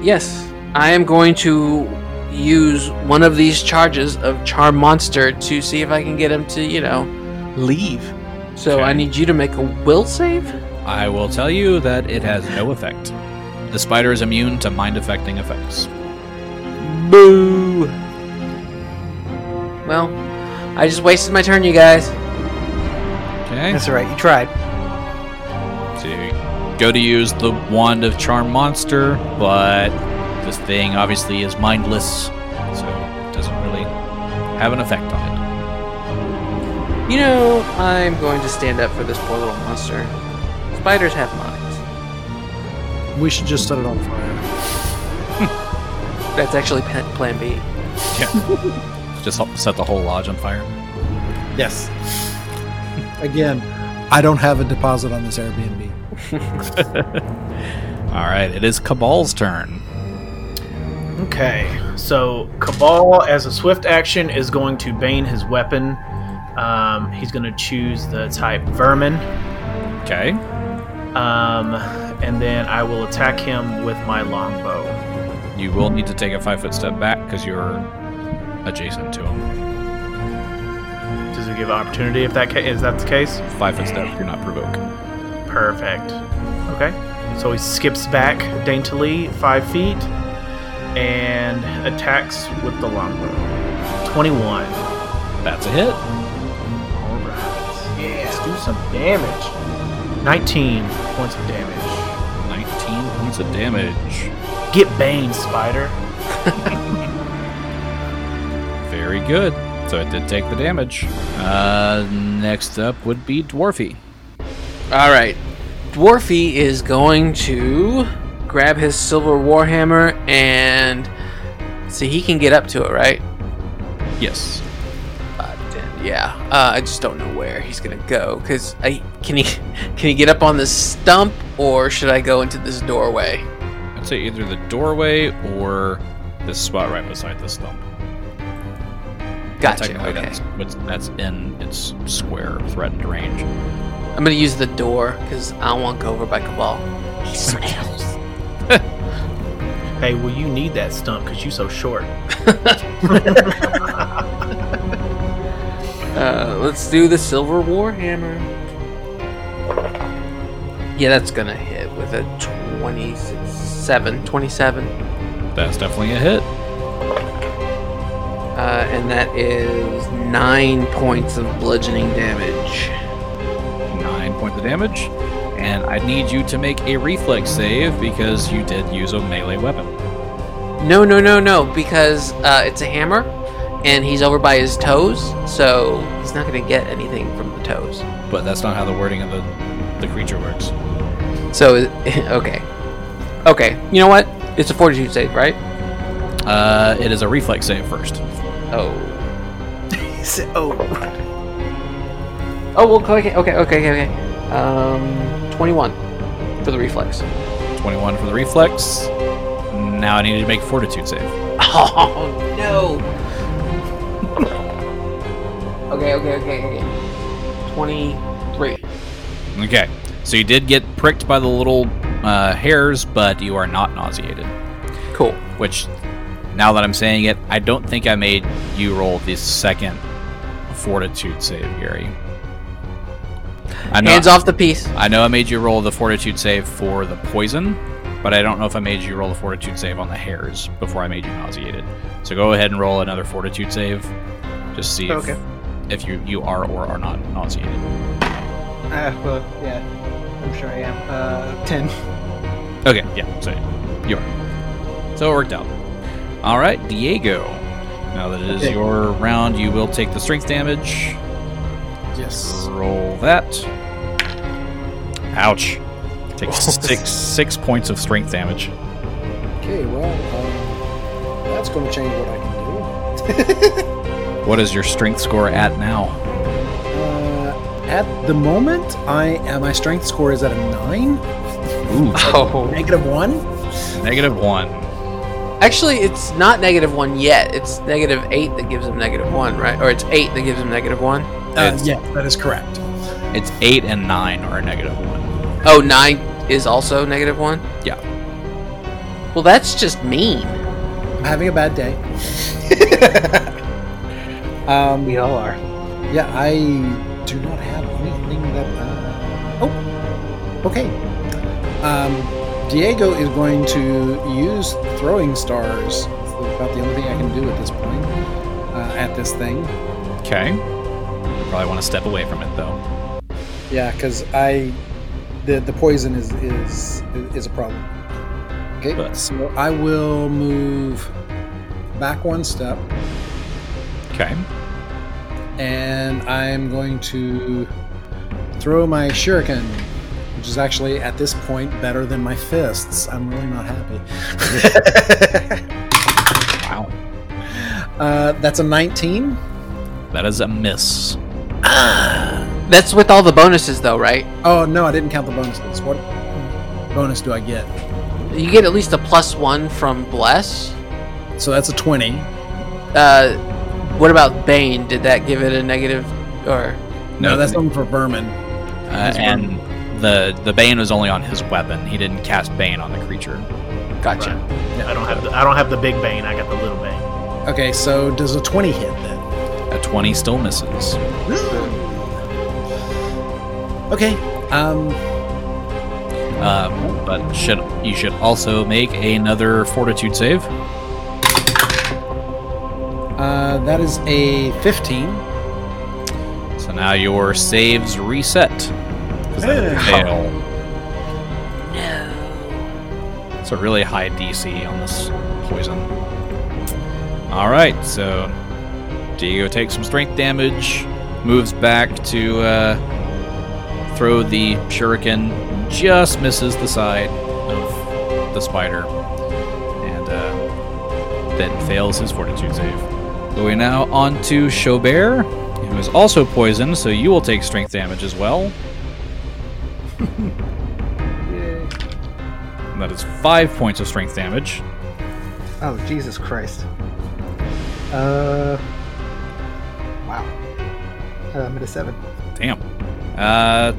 S2: yes, I am going to use one of these charges of Charm Monster to see if I can get him to, you know, leave. So I
S3: Okay.
S2: need you to make a will save.
S3: I will tell you that it has no effect. The spider is immune to mind affecting effects.
S2: Boo! Well, I just wasted my turn, you guys.
S3: Okay.
S4: That's all right. You tried.
S3: So you go to use the wand of charm monster, but this thing obviously is mindless, so it doesn't really have an effect on it.
S2: You know, I'm going to stand up for this poor little monster. Spiders have minds.
S6: We should just set it on fire.
S2: That's actually p- plan B.
S3: Just help set the whole lodge on fire.
S6: Yes. Again, I don't have a deposit on this Airbnb.
S3: All right, it is Cabal's turn.
S5: Okay, so Cabal, as a swift action, is going to bane his weapon. Um, he's going to choose the type Vermin,
S3: Okay.
S5: um, and then I will attack him with my longbow.
S3: You will need to take a five foot step back because you're adjacent to him.
S5: Does it give opportunity if that ca- is that the case?
S3: Five foot step, you're not provoked.
S5: Perfect. Okay, so he skips back daintily five feet and attacks with the longbow. Twenty-one.
S3: That's a hit.
S5: All right. Yeah, let's do some damage. Nineteen points of damage.
S3: 19 points of damage.
S5: Get Bane, Spider.
S3: Very good. So it did take the damage. Uh, next up would be Dwarfy.
S2: All right. Dwarfy is going to grab his silver warhammer and see he can get up to it, right?
S3: Yes.
S2: Five, ten, yeah. Uh, I just don't know where he's gonna go. Cause I can he can he get up on this stump or should I go into this doorway?
S3: I'd say either the doorway or this spot right beside the stump.
S2: Gotcha.
S3: Technically,
S2: Okay.
S3: that's, what's- that's in its square threatened range.
S2: I'm gonna use the door because I don't want to go over by Cabal. He smells.
S5: Hey, well, you need that stump because you so short.
S2: Uh, let's do the silver warhammer. Yeah, that's gonna hit with a 27, 27.
S3: That's definitely a hit.
S2: Uh, and that is nine points of bludgeoning damage.
S3: Nine points of damage. And I need you to make a reflex save because you did use a melee weapon.
S2: No, no, no, no, because uh, it's a hammer, and he's over by his toes, so he's not gonna get anything from the toes.
S3: But that's not how the wording of the, the creature works.
S2: So, okay, okay. You know what? It's a fortitude save, right?
S3: Uh, it is a reflex save first.
S2: Oh.
S4: He said, oh,
S2: Oh well, okay, okay, okay, okay. okay. Um, twenty-one for the reflex.
S3: 21 for the reflex. Now I need you to make a fortitude save.
S2: Oh no. okay, okay, okay, okay. Twenty-three.
S3: Okay. So you did get pricked by the little uh, hairs, but you are not nauseated.
S2: Cool.
S3: Which, now that I'm saying it, I don't think I made you roll the second fortitude save, Gary. I know,
S2: Hands off the piece.
S3: I know I made you roll the fortitude save for the poison, but I don't know if I made you roll the fortitude save on the hairs before I made you nauseated. So go ahead and roll another fortitude save. Just see if,
S4: Okay.
S3: if you, you are or are not nauseated.
S4: uh, well, yeah, I'm sure I am. Uh, ten.
S3: Okay, yeah, so you are. So it worked out. All right, Diego. Now that it is
S6: Okay.
S3: your round, you will take the strength damage.
S6: Yes.
S3: Roll that. Ouch. Take six six points of strength damage.
S6: Okay, well, um, that's going to change what I can do.
S3: What is your strength score at now?
S6: Uh, at the moment, I uh, my strength score is at a nine,
S3: Ooh,
S2: Oh,
S6: negative one.
S3: negative one.
S2: actually, it's not negative one yet. It's negative eight that gives him negative one, right? Or it's eight that gives him negative one.
S6: Uh,
S3: It's-
S6: yeah, that is correct.
S3: It's eight and nine are negative one.
S2: Oh, nine is also negative one.
S3: Yeah.
S2: Well, that's just mean.
S6: I'm having a bad day. um,
S4: We all are.
S6: Yeah, I do not have anything that. Uh, oh, okay. Um, Diego is going to use throwing stars. It's about the only thing I can do at this point. Uh, at this thing,
S3: Okay. Probably want to step away from it though.
S6: yeah, because I, the the poison is is is a problem. Okay,
S3: But-
S6: so I will move back one step,
S3: Okay.
S6: and I'm going to throw my shuriken, which is actually at this point better than my fists. I'm really not happy.
S3: Wow.
S6: uh, that's a 19.
S3: That is a miss.
S2: That's with all the bonuses, though, right?
S6: Oh no, I didn't count the bonuses. What bonus do I get?
S2: You get at least a plus one from bless.
S6: So that's a 20.
S2: Uh, what about Bane? Did that give it a negative or?
S6: No, that's only for vermin.
S3: uh, and the the bane was only on his weapon. He didn't cast bane on the creature.
S2: Gotcha.
S5: I don't have the I don't have the big bane. I got the little bane.
S6: Okay, so does a 20 hit then?
S3: A twenty still misses.
S6: Okay. Um,
S3: Um, but should you should also make another fortitude save.
S6: uh, that is a 15.
S3: So now your saves reset because that fail. It's a really high DC on this poison. All right, so Diego takes some strength damage, moves back to uh, throw the shuriken, just misses the side of the spider, and uh, then fails his fortitude save. So we're now on to Chaubert, who is also poisoned, so you will take strength damage as well. And that is five points of strength damage.
S4: Oh Jesus Christ. Uh. Wow. Uh, I'm at a seven.
S3: Damn. Uh,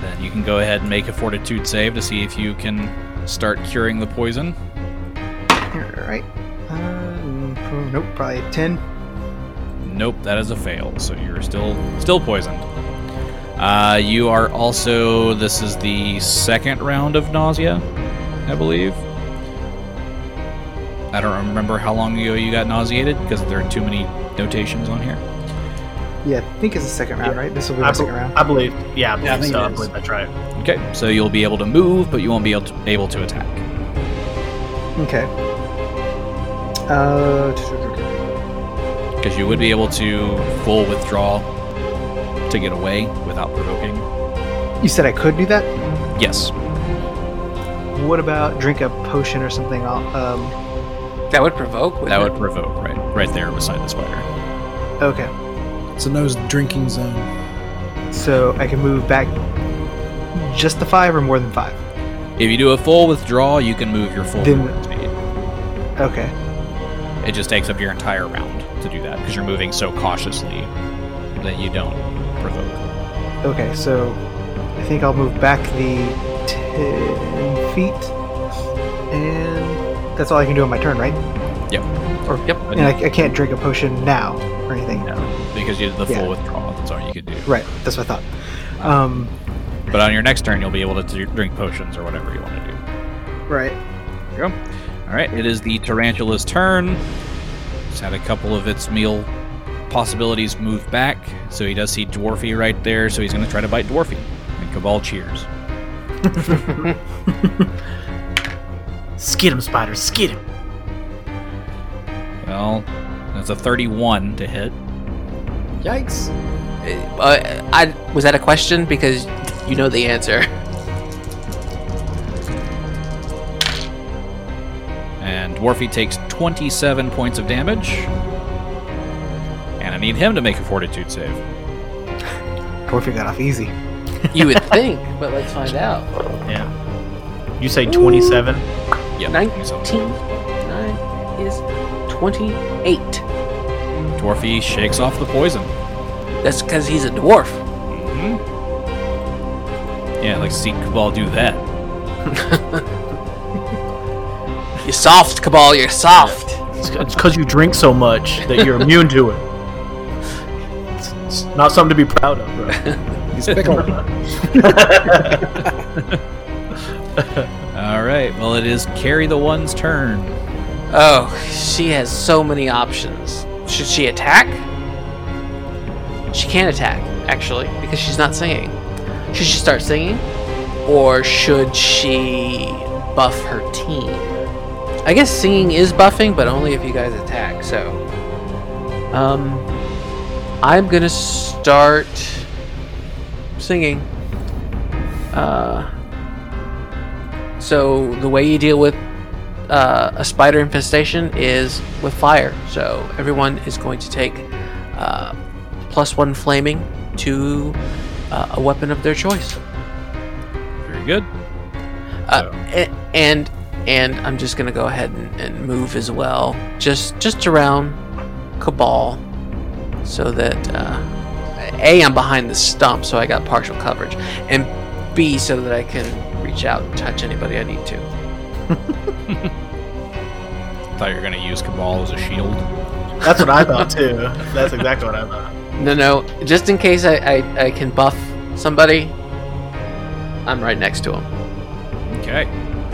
S3: then you can go ahead and make a fortitude save to see if you can start curing the poison.
S4: All right. Uh, nope. Probably a ten.
S3: Nope, that is a fail. So you're still still poisoned. Uh, you are also. This is the second round of nausea, I believe. I don't remember how long ago you got nauseated because there are too many notations on here.
S4: Yeah, I think it's the second round,
S5: Yeah.
S4: right? This will be
S5: I,
S4: my
S5: be-
S4: second round.
S5: I believe. Yeah, I believe
S6: I think
S5: so.
S6: it
S5: I
S6: is.
S5: believe that's right.
S3: Okay, so you'll be able to move, but you won't be able to, able to attack.
S4: Okay. Uh,
S3: Because you would be able to full withdraw to get away without provoking.
S4: you said I could do that.
S3: Yes.
S4: What about drink a potion or something? I'll, um,
S2: That would provoke. wouldn't
S3: That would
S2: it?
S3: provoke, right? Right there beside the spider.
S4: okay.
S6: It's a nose drinking zone.
S4: So I can move back just the five or more than five.
S3: If you do a full withdraw, you can move your full
S4: Then-
S3: movement speed.
S4: Okay.
S3: It just takes up your entire round to do that because you're moving so cautiously that you don't provoke.
S4: Okay. So I think I'll move back the ten feet, and that's all I can do on my turn, right?
S2: Or, yep.
S4: And I, I can't drink a potion now or anything.
S3: No, because you did the
S4: Yeah.
S3: full withdrawal. That's all you could do.
S4: Right. That's what I thought. Um.
S3: But on your next turn, you'll be able to do- drink potions or whatever you want to do.
S4: Right.
S3: There you go. All right, it is the tarantula's turn. It's had a couple of its meal possibilities move back, so he does see Dwarfy right there, so he's going to try to bite Dwarfy. And Cabal cheers.
S5: Skid him, spider. Skid him.
S3: Well, that's a 31 to hit.
S6: Yikes.
S2: Uh, I was that a question because you know the answer.
S3: And Dwarfy takes 27 points of damage. need him to make a fortitude save.
S4: Torfir got off easy.
S2: You would think, but let's find out.
S5: Yeah. You say 27?
S3: Yeah, so
S2: Nineteen nine is twenty-eight.
S3: Dwarfy shakes off the poison.
S2: That's because he's a dwarf.
S3: Yeah, like see Cabal do that.
S2: You're soft, Cabal. You're soft.
S5: It's because you drink so much that you're immune to it. It's- It's not something to be proud of, bro.
S6: He's pickled.
S3: All right. Well, it is carry the one's turn.
S2: Oh, she has so many options. Should she attack? She can't attack, actually, because she's not singing. Should she start singing? Or should she buff her team? I guess singing is buffing, but only if you guys attack, so. Um. I'm gonna start singing. Uh. So, the way you deal with uh, a spider infestation is with fire. So everyone is going to take uh, plus one flaming to uh, a weapon of their choice.
S3: Very good.
S2: Uh, a- and and I'm just gonna go ahead and, and move as well, just just around Cabal, so that uh, a I'm behind the stump, so I got partial coverage, and b so that I can reach out and touch anybody I need to.
S3: Thought you were gonna use Cabal as a shield.
S5: That's what I thought, too. That's exactly what I thought.
S2: No, no. Just in case I, I, I can buff somebody, I'm right next to him.
S3: Okay.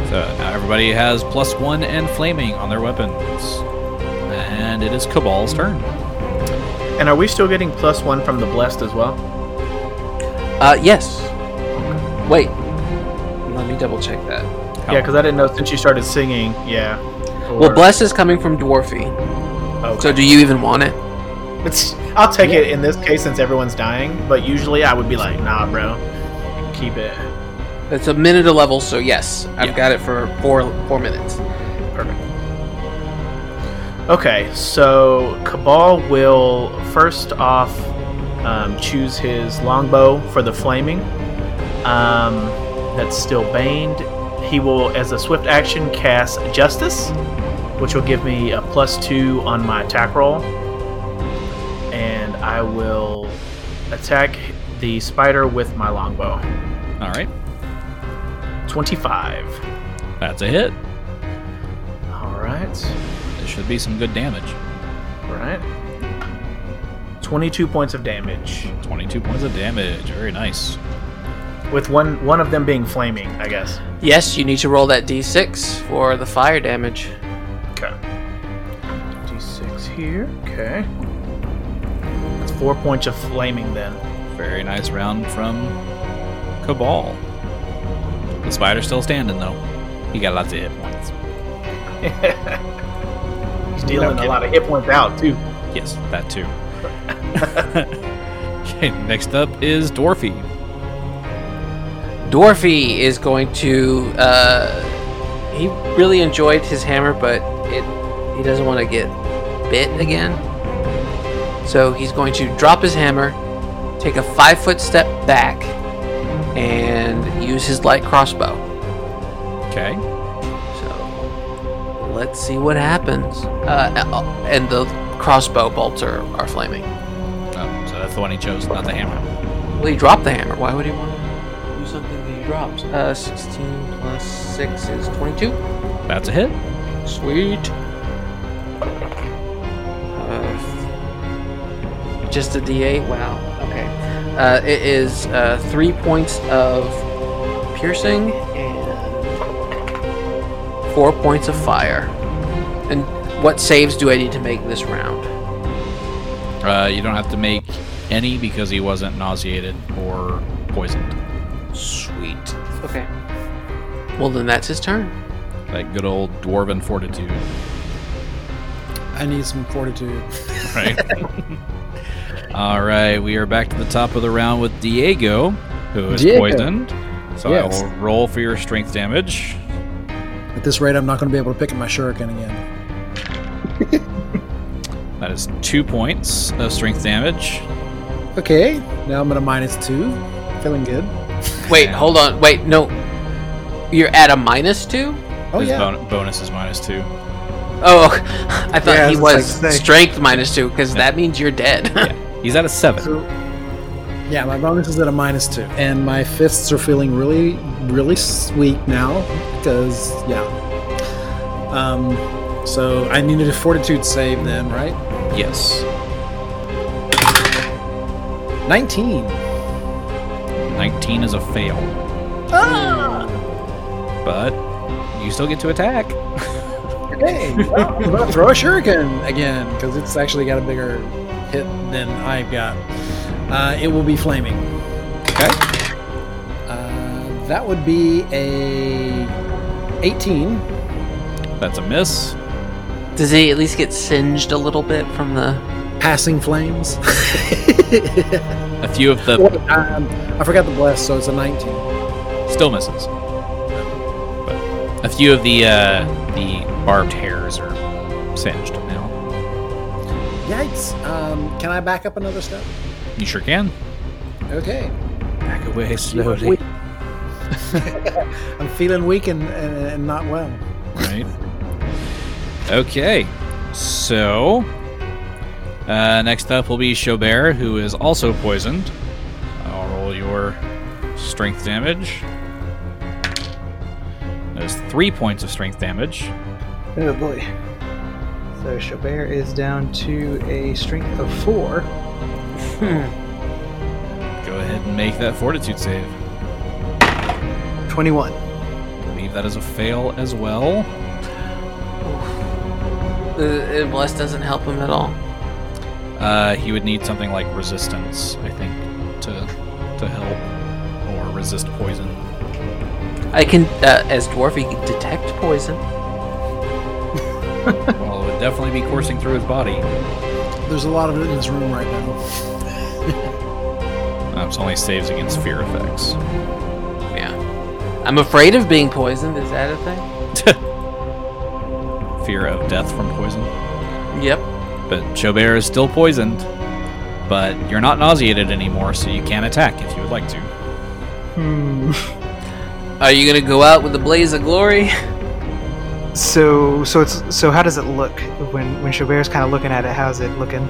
S3: So now everybody has plus one and flaming on their weapons, and it is Cabal's turn.
S5: And are we still getting plus one from the blessed as well?
S2: Uh, yes. Wait. Let me double check that.
S3: How-
S5: Yeah, because I didn't know since you started singing. Yeah.
S2: Well,
S5: Or-
S2: bless is coming from dwarfy.
S5: Okay.
S2: So do you even want it?
S5: It's, I'll take it in this case since everyone's dying, but usually I would be like, nah, bro, keep it.
S2: It's a minute a level, so yes, I've
S3: Yeah.
S2: got it for four four minutes.
S5: Okay, so Cabal will first off um, choose his longbow for the flaming. Um, that's still baned. He will, as a swift action, cast Justice, which will give me a plus two on my attack roll. And I will attack the spider with my longbow.
S3: All right.
S5: 25.
S3: That's a hit.
S5: All right.
S3: There should be some good damage.
S5: Right. 22 points of damage,
S3: 22 points of damage. Very nice.
S5: with one one of them being flaming, I guess.
S2: Yes, you need to roll that d6 for the fire damage.
S5: Okay. D6 here. Okay. That's four points of flaming then.
S3: Very nice round from Cabal. The spider's still standing though. He got lots of hit points.
S5: He's dealing
S3: Okay.
S5: a lot of hit points out too.
S3: Yes, that too. okay, next up is Dwarfy.
S2: Dwarfy is going to. Uh, he really enjoyed his hammer, but it he doesn't want to get bit again. So he's going to drop his hammer, take a five foot step back, and use his light crossbow.
S3: Okay. Oh,
S2: So let's see what happens. Uh, uh, and the crossbow bolts are, are flaming.
S3: Oh, so that's the one he chose, not the hammer.
S2: Well, he dropped the hammer. Why would he want to do something that he drops? Uh, 16 plus 6 is 22.
S3: That's a hit.
S2: Sweet. Uh, just a D8? Wow. Okay. Uh, it is uh, three points of piercing and four points of fire. And what saves do I need to make this round?
S3: Uh, you don't have to make any because he wasn't nauseated or poisoned.
S2: Sweet. Okay. Well, then that's his turn.
S3: Like good old dwarven fortitude,
S6: I need some fortitude.
S3: right? All right, we are back to the top of the round with Diego, who is
S6: Diego.
S3: poisoned. So
S6: Yes.
S3: I will roll for your strength damage.
S6: At this rate, I'm not going to be able to pick up my shuriken again.
S3: That is two points of strength damage.
S6: Okay, now I'm gonna minus two. Feeling good.
S2: Wait, hold on. Wait, no. You're at a minus two?
S6: Oh
S3: His
S6: yeah.
S3: bon- bonus is minus two.
S2: Oh, I thought
S4: Yeah,
S2: he
S4: I was
S2: was
S4: like, say.
S2: strength minus two because that means you're dead.
S3: He's at a seven.
S6: Yeah, my bonus is at a minus two, and my fists are feeling really, really sweet now because yeah. Um, so I needed a fortitude save then, right?
S3: Yes.
S6: Nineteen.
S3: 19 is a fail.
S6: Ah!
S3: But you still get to attack.
S6: Hey, well, I'm gonna throw a shuriken again because it's actually got a bigger hit than I've got. Uh, it will be flaming.
S3: Okay.
S6: Uh, that would be a 18.
S3: That's a miss.
S2: Does he at least get singed a little bit from the?
S6: Passing flames.
S3: A few of the
S6: um, I forgot the bless, so it's a 19.
S3: still misses. But a few of the uh, the barbed hairs are singed now.
S6: Yikes. Um, can I back up another step?
S3: You sure can.
S6: Okay.
S1: Back away
S6: Weak. I'm feeling weak and, and, and not well.
S3: Right. okay. So uh, next up will be Chaubert, who is also poisoned. I'll roll your strength damage. There's three points of strength damage.
S4: Oh boy. So Chabert is down to a strength of four.
S2: Hmm.
S3: Go ahead and make that fortitude save.
S4: 21.
S3: I believe that is a fail as well.
S2: Uh, bless doesn't help him at all.
S3: Uh, he would need something like resistance, I think, to to help or resist poison.
S2: I can, uh, as dwarf, he can detect poison.
S3: well, it would definitely be coursing through his body.
S6: There's a lot of it in this room right now.
S3: Uh, it's only saves against fear effects.
S2: Yeah. I'm afraid of being poisoned. Is that a thing?
S3: Fear of death from poison.
S2: Yep.
S3: But Chaubert is still poisoned. But you're not nauseated anymore, so you can attack if you would like to.
S4: Hmm.
S2: Are you gonna go out with a blaze of glory?
S4: So so it's so how does it look when when Chabert's kind of looking at it? How's it looking?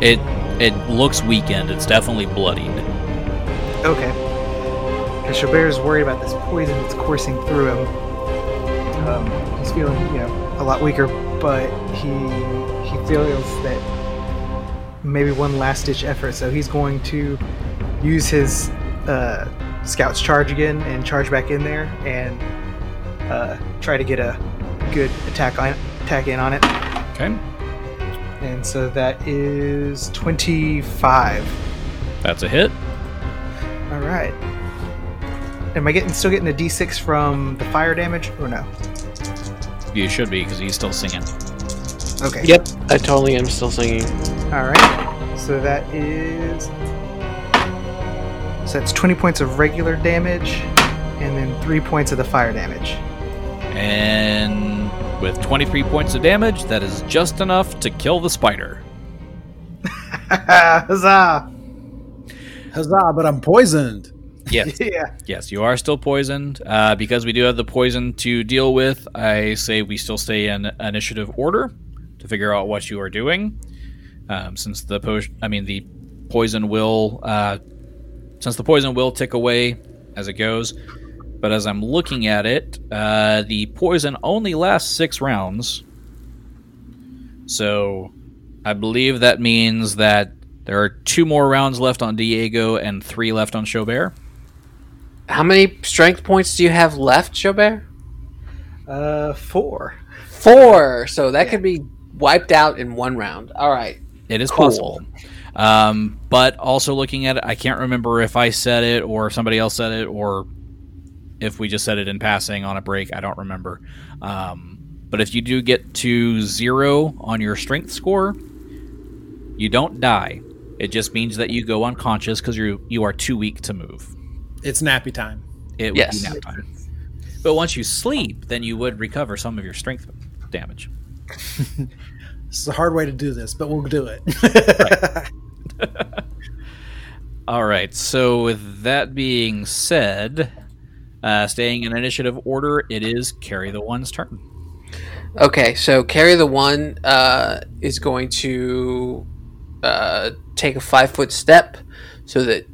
S3: It it looks weakened. It's definitely bloodied.
S4: Okay. Because Chabert is worried about this poison that's coursing through him. Um, he's feeling, you know, a lot weaker, but he he feels that maybe one last ditch effort. So he's going to use his uh, scout's charge again and charge back in there and uh, try to get a good attack on attack in on it.
S3: Okay,
S4: And so that is twenty five.
S3: that's a hit.
S4: All right. Am I getting still getting a D6 from the fire damage or no?
S3: You should be because he's still singing.
S4: Okay.
S2: Yep. I totally am still singing.
S4: All right. So that is. So that's 20 points of regular damage, and then three points of the fire damage.
S3: And with 23 points of damage, that is just enough to kill the spider.
S4: Huzzah!
S6: Huzzah, but I'm poisoned.
S3: Yes,
S4: Yeah.
S3: yes, you are still poisoned. Uh, because we do have the poison to deal with, I say we still stay in initiative order to figure out what you are doing. Um, since the po- I mean the poison will, uh, since the poison will tick away as it goes. But as I'm looking at it, uh, the poison only lasts six rounds. So I believe that means that there are two more rounds left on Diego and three left on Chaubert.
S2: How many strength points do you have left, Chaubert?
S4: Uh, four.
S2: Four. So that could be wiped out in one round. All right.
S3: It is
S2: Cool.
S3: possible. Um, but also looking at it, I can't remember if I said it or if somebody else said it or if we just said it in passing on a break. I don't remember. Um, but if you do get to zero on your strength score, you don't die. It just means that you go unconscious because you you are too weak to move.
S6: It's nappy time.
S3: It would
S2: Yes.
S3: be nap time. But once you sleep, then you would recover some of your strength damage.
S6: This is a hard way to do this, but we'll do it.
S3: All right. So with that being said, uh, staying in initiative order, it is carry the one's turn.
S2: Okay, so carry the one uh, is going to uh, take a five foot step so that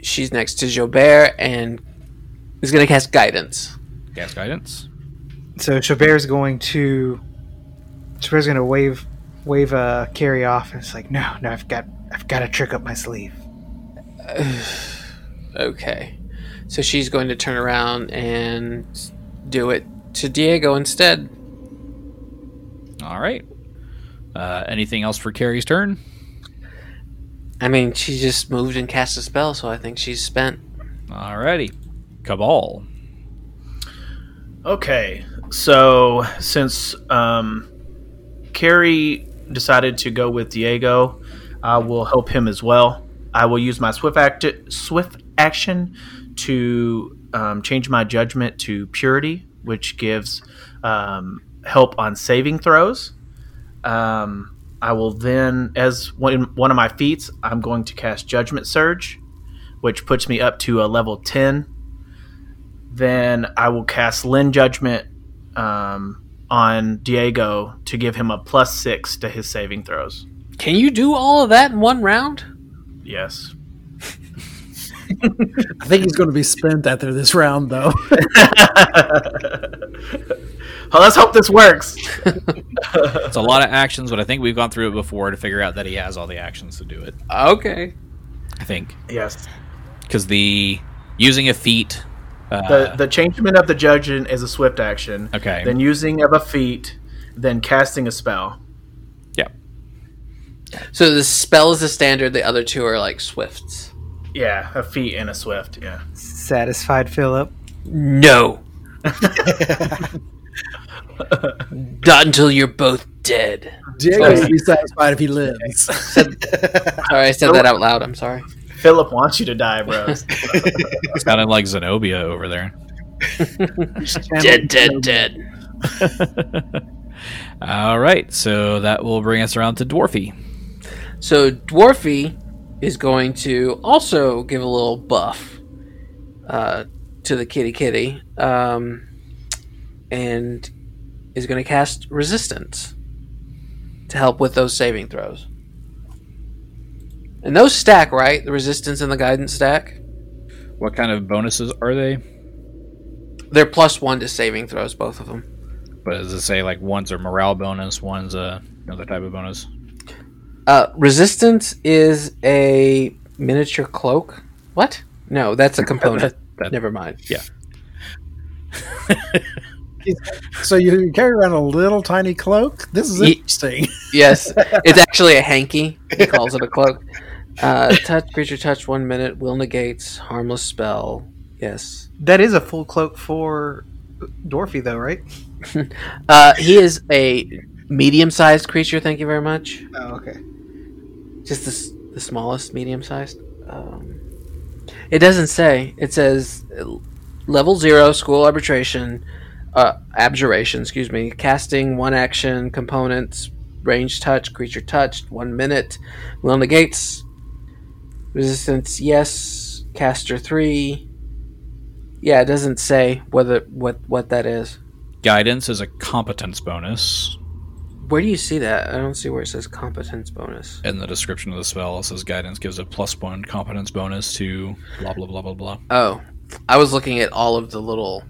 S2: she's next to Jobert and is going to cast guidance.
S3: Gas guidance.
S4: So Chabert's going to Chabert's going to wave wave uh, carry off, and it's like, no, no, I've got I've got a trick up my sleeve.
S2: Okay, so she's going to turn around and do it to Diego instead.
S3: All right. Uh, anything else for Carrie's turn?
S2: I mean, she just moved and cast a spell, so I think she's spent.
S3: All righty. Cabal.
S5: Okay, so since um, Carrie decided to go with Diego, I will help him as well. I will use my swift act swift action to um, change my judgment to purity, which gives um, help on saving throws. Um, I will then, as one one of my feats, I'm going to cast Judgment Surge, which puts me up to a level ten then I will cast Lend Judgment um, on Diego to give him a plus six to his saving throws.
S2: Can you do all of that in one round?
S5: Yes.
S6: I think he's going to be spent after this round, though.
S5: Well, let's hope this works.
S3: It's a lot of actions, but I think we've gone through it before to figure out that he has all the actions to do it.
S2: Okay.
S3: I think
S5: yes.
S3: because the using a feat. Uh,
S5: The the changement of the judgment is a swift action.
S3: Okay.
S5: Then using of a feat, then casting a spell.
S3: yeah.
S2: So the spell is the standard, the other two are like swifts.
S5: Yeah, a feat and a swift. Yeah.
S4: Satisfied, Philip.
S2: No. Not until you're both dead.
S6: Diego would be satisfied if he lives.
S2: Sorry, I said that out loud. I'm sorry.
S5: Philip wants you to die, bro.
S3: Sounded like Zenobia over there.
S2: Dead, dead, dead.
S3: All right, so that will bring us around to Dwarfy.
S2: So Dwarfy is going to also give a little buff uh, to the kitty kitty um, and is going to cast resistance to help with those saving throws. And those stack, right? The resistance and the guidance stack?
S3: What kind of bonuses are they?
S2: They're plus one to saving throws, both of them.
S3: But does it say like one's a morale bonus, one's a another type of bonus?
S2: Uh, resistance is a miniature cloak. What? No, that's a component.
S3: that-
S2: Never mind.
S3: yeah.
S6: so you carry around a little tiny cloak. This is
S2: Ye-
S6: interesting.
S2: Yes, it's actually a hanky. He calls it a cloak. Uh, touch creature touch one minute will negates harmless spell. Yes.
S4: That is a full cloak for Dorothy, though, right?
S2: Uh, he is a medium sized creature. Thank you very much.
S4: Oh, okay.
S2: Just the, s- the smallest, medium sized. Um, it doesn't say. It says uh, level zero school arbitration, uh, abjuration. Excuse me. Casting one action components, range touch, creature touched, one minute, will negates, resistance yes, caster three. Yeah, it doesn't say whether what what that is.
S3: Guidance is a competence bonus.
S2: Where do you see that? I don't see where it says competence bonus.
S3: In the description of the spell, it says guidance gives a plus one competence bonus to blah blah blah blah blah.
S2: Oh, I was looking at all of the little,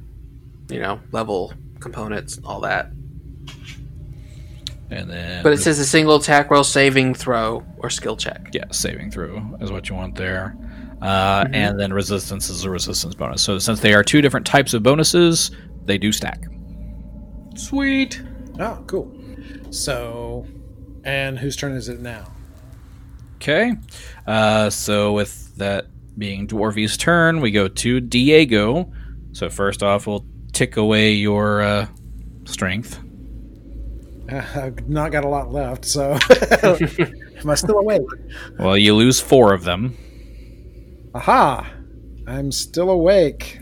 S2: you know, level components, all that.
S3: And then
S2: But it says a single attack roll, saving throw, or skill check.
S3: yeah, saving throw is what you want there. Uh,
S2: Mm-hmm.
S3: And then resistance is a resistance bonus. So since they are two different types of bonuses, they do stack.
S2: Sweet.
S6: Oh, cool. So, and whose turn is it now?
S3: Okay. Uh, so with that being Dwarvy's turn, we go to Diego. So first off, we'll tick away your uh, strength.
S6: Uh, I've not got a lot left, so am I still awake?
S3: Well, you lose four of them.
S6: Aha! I'm still awake.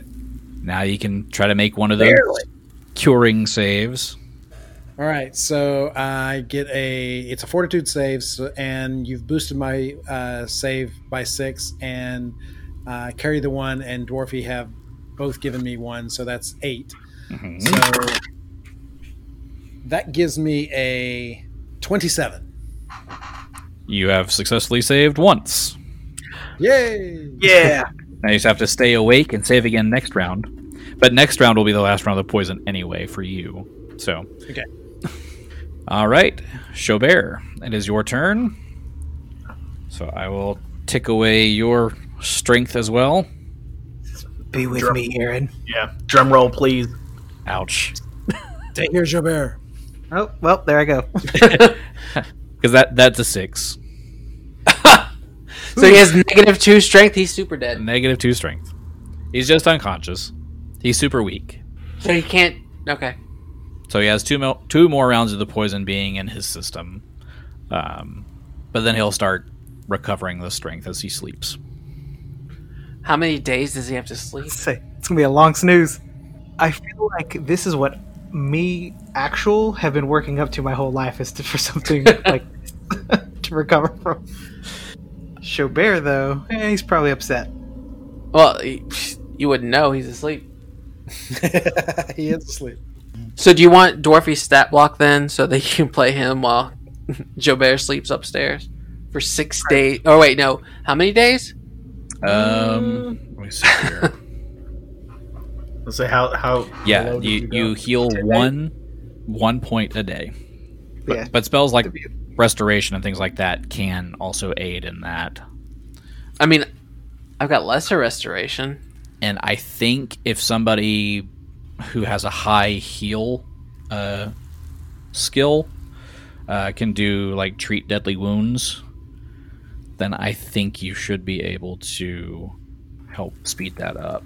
S3: Now you can try to make one of those curing saves.
S6: All right, so I get a it's a fortitude save, so, and you've boosted my uh, save by six, and uh, carry the one and dwarfy have both given me one, so that's 8 Hmm. So that gives me a twenty-seven.
S3: You have successfully saved once.
S6: Yay!
S5: Yeah.
S3: Now you just have to stay awake and save again next round. But next round will be the last round of the poison anyway for you. So
S6: Okay.
S3: All right, Chaubert, it is your turn. So I will tick away your strength as well.
S4: Be with
S5: Drum-
S4: me, Aaron.
S5: yeah. Drum roll, please.
S3: Ouch.
S6: Take here, Jobert.
S4: Oh well, there I go.
S3: Because that that's a six.
S2: So he has negative two strength. He's super dead.
S3: Negative two strength. He's just unconscious. He's super weak.
S2: So he can't. Okay.
S3: So he has two mo- two more rounds of the poison being in his system, um, but then he'll start recovering the strength as he sleeps.
S2: How many days does he have to sleep?
S4: Say, it's gonna be a long snooze. I feel like this is what me actual have been working up to my whole life is to, for something like to recover from. Chaubert though, eh, he's probably upset.
S2: Well, he- you wouldn't know. He's asleep.
S6: he is asleep.
S2: So do you want Dwarfy's stat block then, so that you can play him while Jobert sleeps upstairs for six days? Oh wait, no. How many days?
S3: Um, let me see here.
S5: Let's say how how.
S3: yeah,
S5: how low did
S3: you,
S5: go?
S3: you heal one one point a day. But,
S4: yeah,
S3: but spells like restoration and things like that can also aid in that.
S2: I mean, I've got lesser restoration.
S3: And I think if somebody who has a high heal uh, skill uh, can do like treat deadly wounds, then I think you should be able to help speed that up.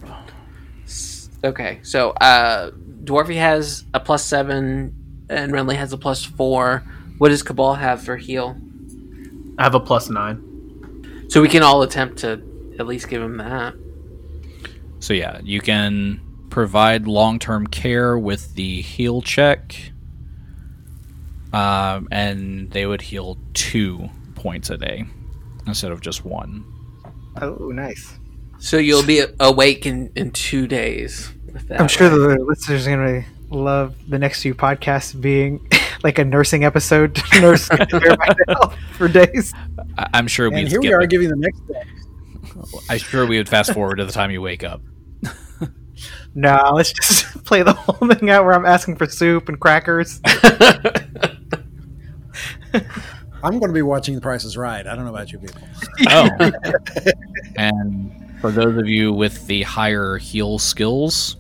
S2: Okay, so uh, Dwarfy has a plus seven, and Renly has a plus four. What does Cabal have for heal?
S5: I have a plus nine.
S2: So we can all attempt to at least give him that.
S3: So yeah, you can provide long-term care with the heal check, um, and they would heal two points a day instead of just one.
S4: oh nice.
S2: So you'll be awake in, in two days. With that
S4: I'm sure
S2: right?
S4: the listeners are gonna love the next few podcasts being like a nursing episode to nurse everybody else for days.
S3: I- I'm sure
S6: And
S3: we'd
S6: here we
S3: skip
S6: are
S3: it.
S6: giving the next day.
S3: I'm sure we would fast forward to the time you wake up.
S4: No, let's just play the whole thing out where I'm asking for soup and crackers.
S6: I'm going to be watching The Price is Right. I don't know about you people.
S3: Oh, and for those of you with the higher heal skills,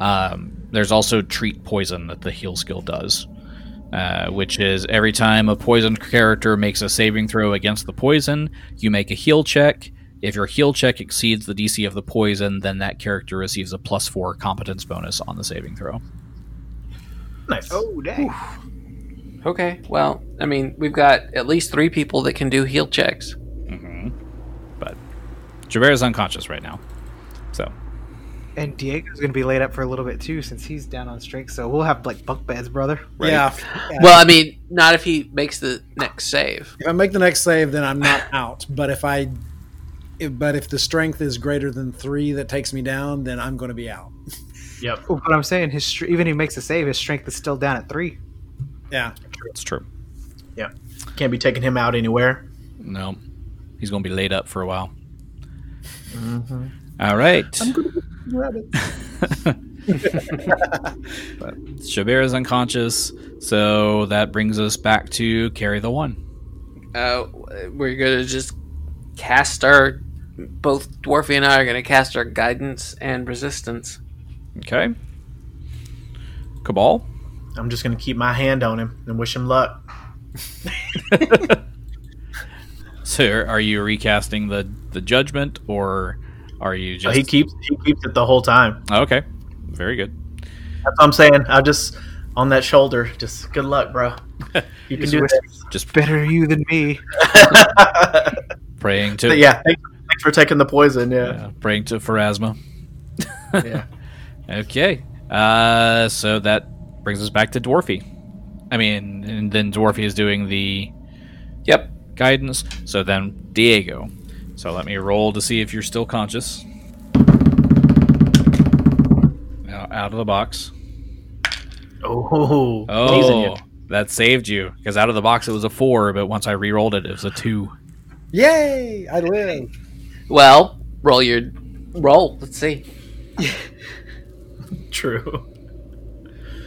S3: um, there's also treat poison that the heal skill does, uh, which is every time a poisoned character makes a saving throw against the poison, you make a heal check. If your heal check exceeds the DC of the poison, then that character receives a plus four competence bonus on the saving throw.
S5: Nice.
S4: Oh dang.
S2: Okay, well, I mean, we've got at least three people that can do heal checks.
S3: But Javert is unconscious right now, so
S4: And Diego's gonna be laid up for a little bit too, since he's down on strength. So we'll have like bunk beds, brother.
S6: Yeah. yeah.
S2: Well, I mean, not if he makes the next save.
S6: if I make the next save, then I'm not out. But if I, if, but if the strength is greater than three that takes me down, then I'm going to be out.
S5: Yep.
S4: But I'm saying his str- even if he makes a save, his strength is still down at three.
S6: Yeah.
S3: it's true.
S5: Yeah. Can't be taking him out anywhere.
S3: No, he's gonna be laid up for a while. All right. But Chabert is unconscious, so that brings us back to carry the one.
S2: Uh, we're gonna just cast our. Both Dwarfy and I are gonna cast our guidance and resistance.
S3: Okay. Cabal.
S5: I'm just gonna keep my hand on him and wish him luck.
S3: So are you recasting the the judgment, or are you
S5: So
S3: just
S5: Oh, he keeps he keeps it the whole time.
S3: okay? Very good.
S5: That's what I'm saying. I just on that shoulder. Just good luck, bro. You can
S4: Just
S5: do
S4: wish-
S5: this.
S3: Just
S4: Better you than me.
S3: praying to
S5: But yeah. Thanks, thanks for taking the poison. Yeah.
S3: yeah, praying to Pharasma.
S5: yeah.
S3: Okay. Uh, so that brings us back to Dwarfy. I mean, and then Dwarfy is doing the
S2: Yep.
S3: guidance. So then Diego. So let me roll to see if you're still conscious. Now out of the box.
S5: Oh, teasing you.
S3: Oh, that saved you because out of the box it was a four, but once I re-rolled it, it was a two.
S6: Yay! I live.
S2: Well, roll your roll. Let's see.
S5: True.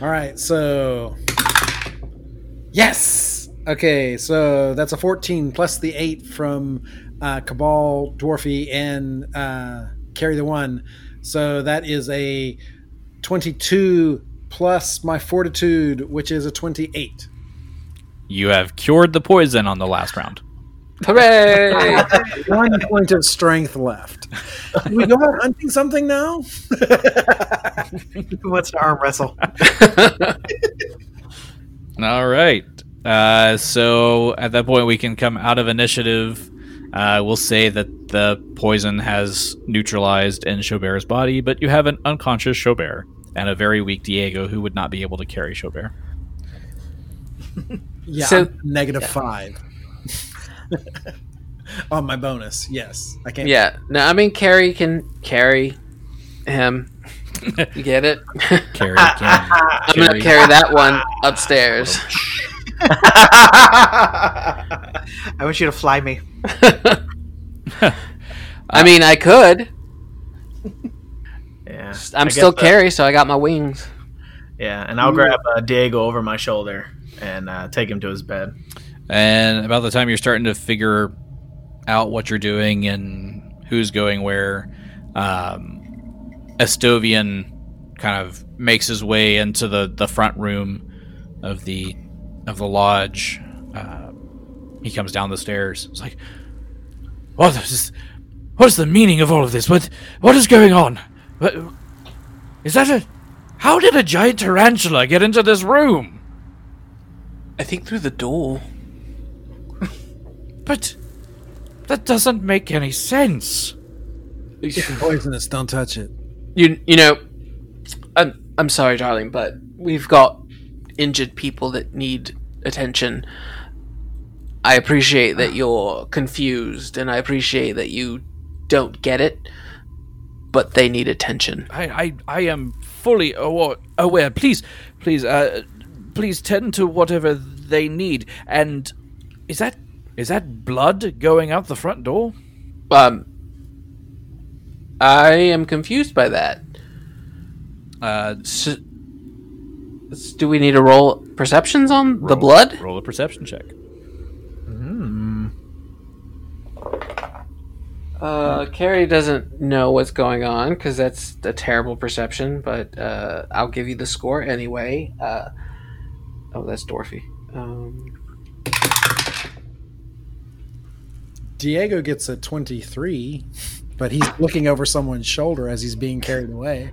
S6: All right, so yes. Okay, so that's a fourteen plus the eight from uh, Cabal, Dwarfy, and uh, carry the one. So that is a twenty-two plus my fortitude, which is a twenty-eight.
S3: You have cured the poison on the last round.
S2: Hooray!
S6: One point of strength left. Can we go out hunting something now?
S4: Who wants to arm wrestle?
S3: All right. Uh, so at that point, we can come out of initiative. Uh, we'll say that the poison has neutralized in Chobert's body, but you have an unconscious Chobert and a very weak Diego who would not be able to carry Chobert.
S6: Yeah,
S2: So-
S6: I'm negative five on my bonus. Yes, I can't.
S2: yeah. No, I mean Carrie can carry him. You get it?
S3: Carry can
S2: I'm gonna carry that one upstairs.
S4: I want you to fly me.
S2: I mean, I could.
S5: Yeah, I
S2: I'm
S5: guess
S2: still
S5: that-
S2: Carrie, so I got my wings.
S5: Yeah, and I'll grab uh, Diego over my shoulder and uh, take him to his bed.
S3: And about the time you're starting to figure out what you're doing and who's going where, um, Estovian kind of makes his way into the, the front room of the of the lodge. Uh, he comes down the stairs. It's like, what is what is the meaning of all of this? What what is going on? What, is that a? How did a giant tarantula get into this room?
S2: I think through the door.
S3: But that doesn't make any sense.
S6: Poisonous, don't touch it.
S2: You you know, I'm I'm sorry, darling, but we've got injured people that need attention. I appreciate that you're confused, and I appreciate that you don't get it, but they need attention.
S3: I I, I am fully awa- aware. Please, please, uh, please tend to whatever they need. And is that is that blood going out the front door?
S2: Um, I am confused by that.
S3: Uh,
S2: S s- do we need to roll perceptions on the blood?
S3: Roll a perception check.
S2: Uh, Carrie doesn't know what's going on because that's a terrible perception, but uh, I'll give you the score anyway. Uh, oh, that's Dorothy. Um,
S6: Diego gets a 23, but he's looking over someone's shoulder as he's being carried away.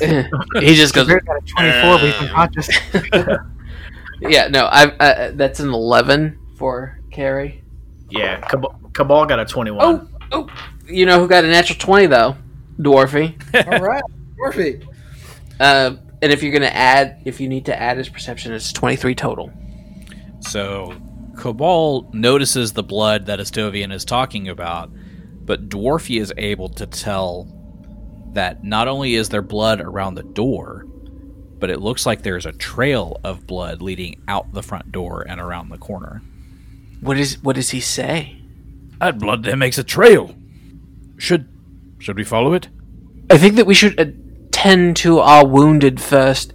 S2: he just goes,
S4: We're at a 24, but he's unconscious.
S2: yeah, no, I, I that's an eleven for Carrie.
S5: Yeah, Cabal, Cabal got a twenty-one.
S2: Oh, oh, you know who got a natural twenty though, Dorothy.
S6: All right, perfect.
S2: Uh, and if you're gonna add, if you need to add his perception, it's twenty three total.
S3: So Cabal notices the blood that Estovian is talking about, but Dwarfy is able to tell that not only is there blood around the door, but it looks like there's a trail of blood leading out the front door and around the corner.
S2: What is what does he say?
S3: That blood there makes a trail. Should should we follow it?
S2: I think that we should attend to our wounded first,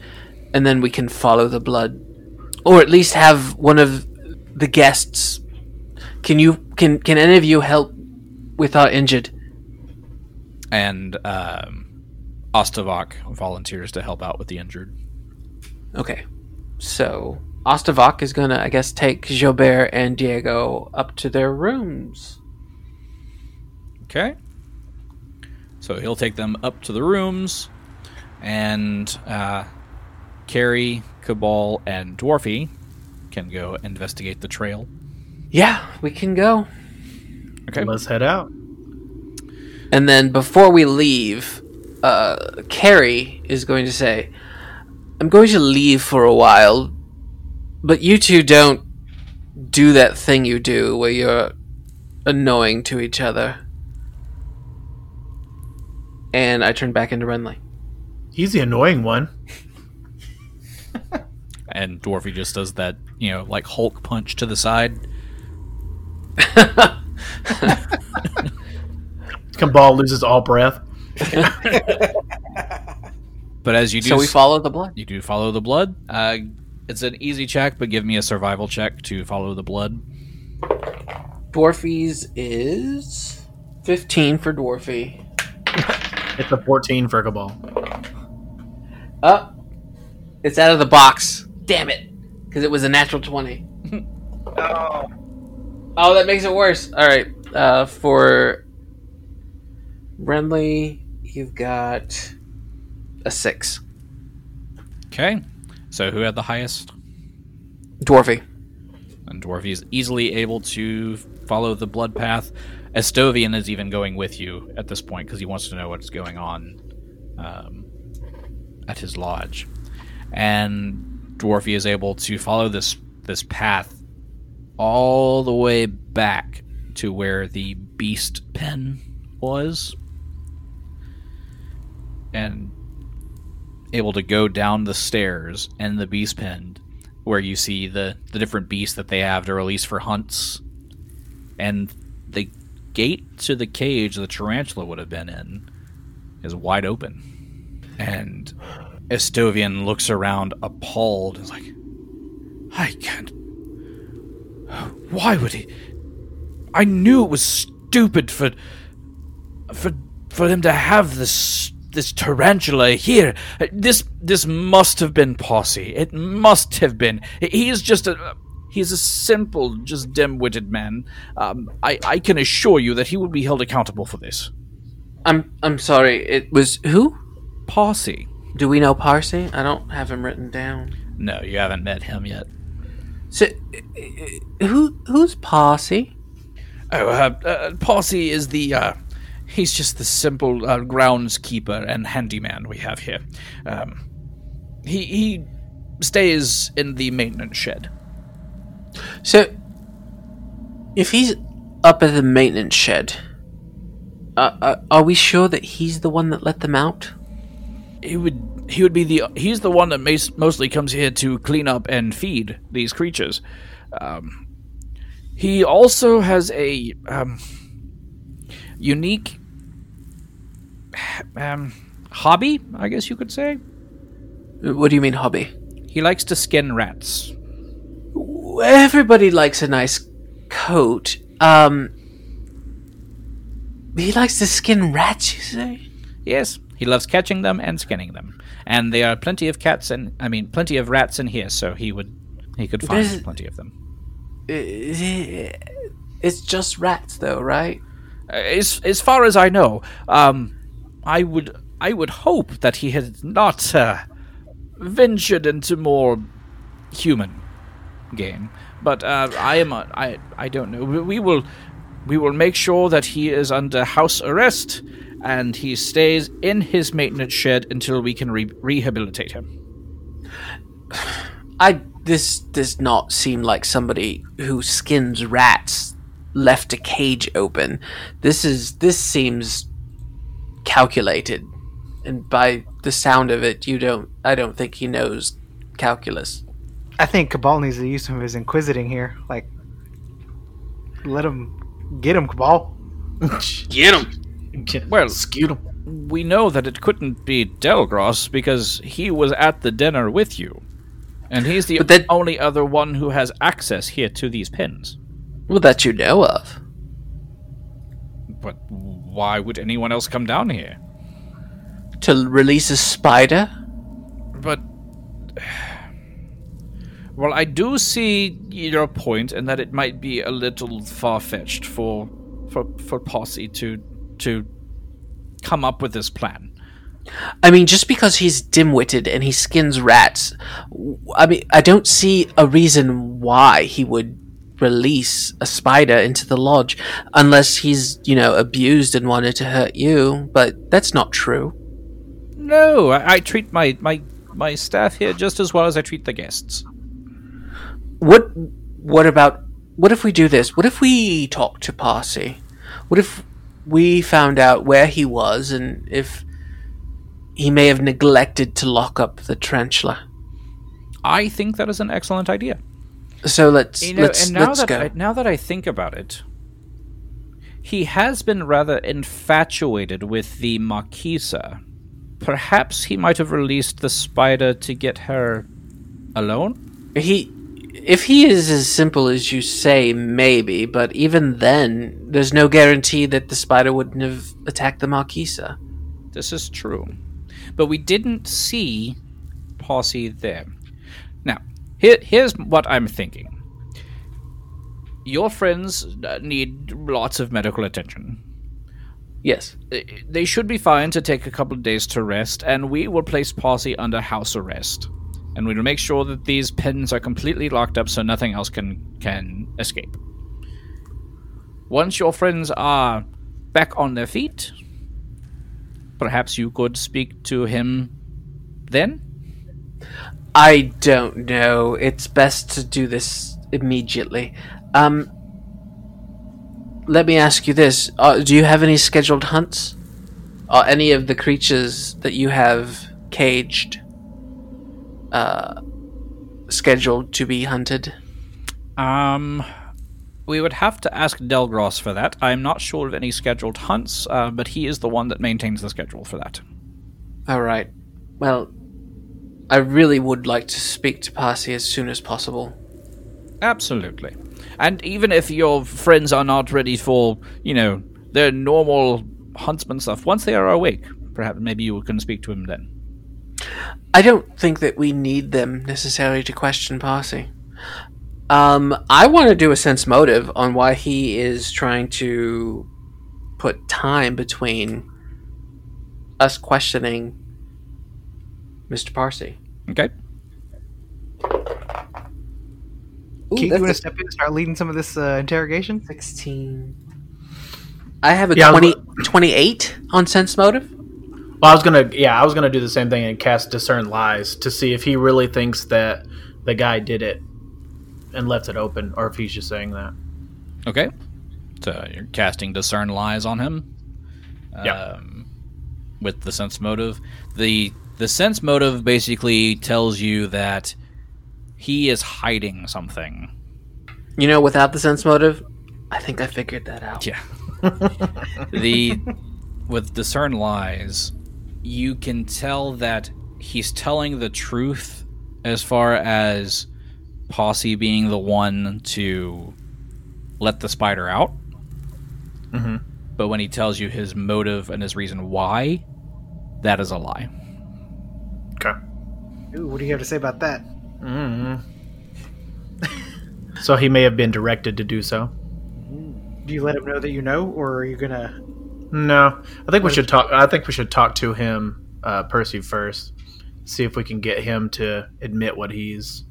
S2: and then we can follow the blood, or at least have one of the guests. Can you can can any of you help with our injured?
S3: And um, Ostavak volunteers to help out with the injured.
S2: Okay, so Ostavak is gonna, I guess, take Jobert and Diego up to their rooms.
S3: Okay. So he'll take them up to the rooms, and uh, Carrie, Cabal, and Dwarfy can go investigate the trail.
S2: Yeah, we can go.
S3: Okay.
S5: Let's head out.
S2: And then before we leave, uh, Carrie is going to say, I'm going to leave for a while But you two don't do that thing you do where you're annoying to each other. And I turn back into Renly.
S5: He's the annoying one.
S3: And Dwarfy just does that, you know, like Hulk punch to the side.
S5: Kimball loses all breath.
S3: But as you do,
S2: So we
S3: s-
S2: follow the blood.
S3: you do follow the blood. Uh, it's an easy check, but give me a survival check to follow the blood.
S2: Dwarfies is 15 for Dwarfy.
S5: It's a 14 for Cabal.
S2: Up. Oh, It's out of the box. Damn it. Because it was a natural 20. oh. Oh, that makes it worse. All right. Uh, for Renly, you've got a 6.
S3: Okay. So who had the highest?
S2: Dwarfy.
S3: And Dwarfy is easily able to follow the blood path. Estovian is even going with you at this point because he wants to know what's going on um, at his lodge. And Dwarfy is able to follow this this path all the way back to where the beast pen was, and able to go down the stairs and the beast pen where you see the, the different beasts that they have to release for hunts. And the gate to the cage the tarantula would have been in is wide open. And Estovian looks around appalled and is like, I can't. Why would he? I knew it was stupid for. for. for them to have this. this tarantula here. This. this must have been Posse. It must have been. He is just a. He's a simple, just dim witted man. Um, I, I can assure you that he will be held accountable for this.
S2: I'm I'm sorry. It was who?
S3: Posse.
S2: Do we know Parsi? I don't have him written down.
S3: No, you haven't met him yet.
S2: So, uh, who who's Parsi?
S3: Oh, uh, uh, Posse is the. Uh, he's just the simple uh, groundskeeper and handyman we have here. Um, he he stays in the maintenance shed.
S2: So, if he's up at the maintenance shed, uh, uh, are we sure that he's the one that let them out?
S3: He would he would be the he's the one that mas- mostly comes here to clean up and feed these creatures. Um, he also has a um, unique um, hobby, I guess you could say.
S2: What do you mean hobby?
S3: He likes to skin rats.
S2: Everybody likes a nice coat. Um, he likes to skin rats. You say?
S3: Yes, he loves catching them and skinning them. And there are plenty of cats and I mean plenty of rats in here, so he would he could find
S2: There's-
S3: plenty of them.
S2: It's just rats, though, right?
S3: Uh, As as far as I know, um, I would I would hope that he has not uh, ventured into more human game. But uh, I am a, I I don't know. We, we will we will make sure that he is under house arrest and he stays in his maintenance shed until we can re- rehabilitate him.
S2: I this does not seem like somebody who skins rats left a cage open. This is this seems calculated. And by the sound of it, you don't I don't think he knows calculus.
S4: I think Cabal needs to use some of his inquisiting here. Like, let him get him, Cabal.
S2: Get him.
S3: Well-
S5: skewed him.
S3: we know that it couldn't be Delgros because he was at the dinner with you. And he's the
S2: But that-
S3: only other one who has access here to these pins.
S2: Well, that you know of.
S3: But why would anyone else come down here?
S2: To release a spider?
S3: But. Well, I do see your point in that it might be a little far fetched for, for for Posse to to come up with this plan.
S2: I mean, just because he's dim-witted and he skins rats, w- I mean, I don't see a reason why he would release a spider into the lodge unless he's, you know, abused and wanted to hurt you, but that's not true.
S3: No, I, I treat my, my my staff here just as well as I treat the guests.
S2: what what about what if we do this? What if we talk to Parsi? What if we found out where he was and if he may have neglected to lock up the tarantula?
S3: I think that is an excellent idea.
S2: So let's
S3: You know,
S2: let's
S3: and now
S2: let's
S3: that
S2: go.
S3: I, now that I think about it, he has been rather infatuated with the Marquisa. Perhaps he might have released the spider to get her alone.
S2: He, if he is as simple as you say, maybe. But even then, there's no guarantee that the spider wouldn't have attacked the Marquisa.
S3: This is true, but we didn't see Posse there. Now, here, here's what I'm thinking. Your friends uh, need lots of medical attention.
S2: Yes.
S3: uh, they should be fine to take a couple of days to rest, and we will place Posse under house arrest. And we will make sure that these pens are completely locked up so nothing else can can escape. Once your friends are back on their feet, perhaps you could speak to him then?
S2: I don't know. It's best to do this immediately. Um, let me ask you this: uh, Do you have any scheduled hunts? Are any of the creatures that you have caged uh, scheduled to be hunted?
S3: Um, we would have to ask Delgros for that. I'm not sure of any scheduled hunts, uh, but he is the one that maintains the schedule for that.
S2: All right. Well, I really would like to speak to Parsi as soon as possible.
S3: Absolutely. And even if your friends are not ready for, you know, their normal huntsman stuff, once they are awake, perhaps maybe you can speak to him then.
S2: I don't think that we need them necessarily to question Parsi. Um, I want to do a sense motive on why he is trying to put time between us questioning Mr. Parsi.
S3: Okay?
S2: Ooh,
S4: Keith, you
S2: that's
S4: want
S2: a
S4: to step in and start leading some of this uh, interrogation?
S2: 16. I have a
S5: Yeah, I was
S2: 20, 28 on sense motive.
S5: Well, I was gonna, yeah, I was gonna do the same thing and cast discern lies to see if he really thinks that the guy did it and left it open, or if he's just saying that.
S3: Okay. So you're casting discern lies on him.
S5: Yeah.
S3: Um, with the sense motive, the the sense motive basically tells you that he is hiding something.
S2: You know, without the sense motive, I think I figured that out.
S3: Yeah. the with discern lies, you can tell that he's telling the truth as far as Posse being the one to let the spider out.
S5: Mhm.
S3: But when he tells you his motive and his reason why, that is a lie.
S5: Okay.
S4: Ooh, what do you have to say about that?
S5: mm so he may have been directed to do so.
S4: Do you let him know that you know, or are you gonna?
S5: No, I think we should talk. I think we should talk to him, uh, Percy first. See if we can get him to admit what he's,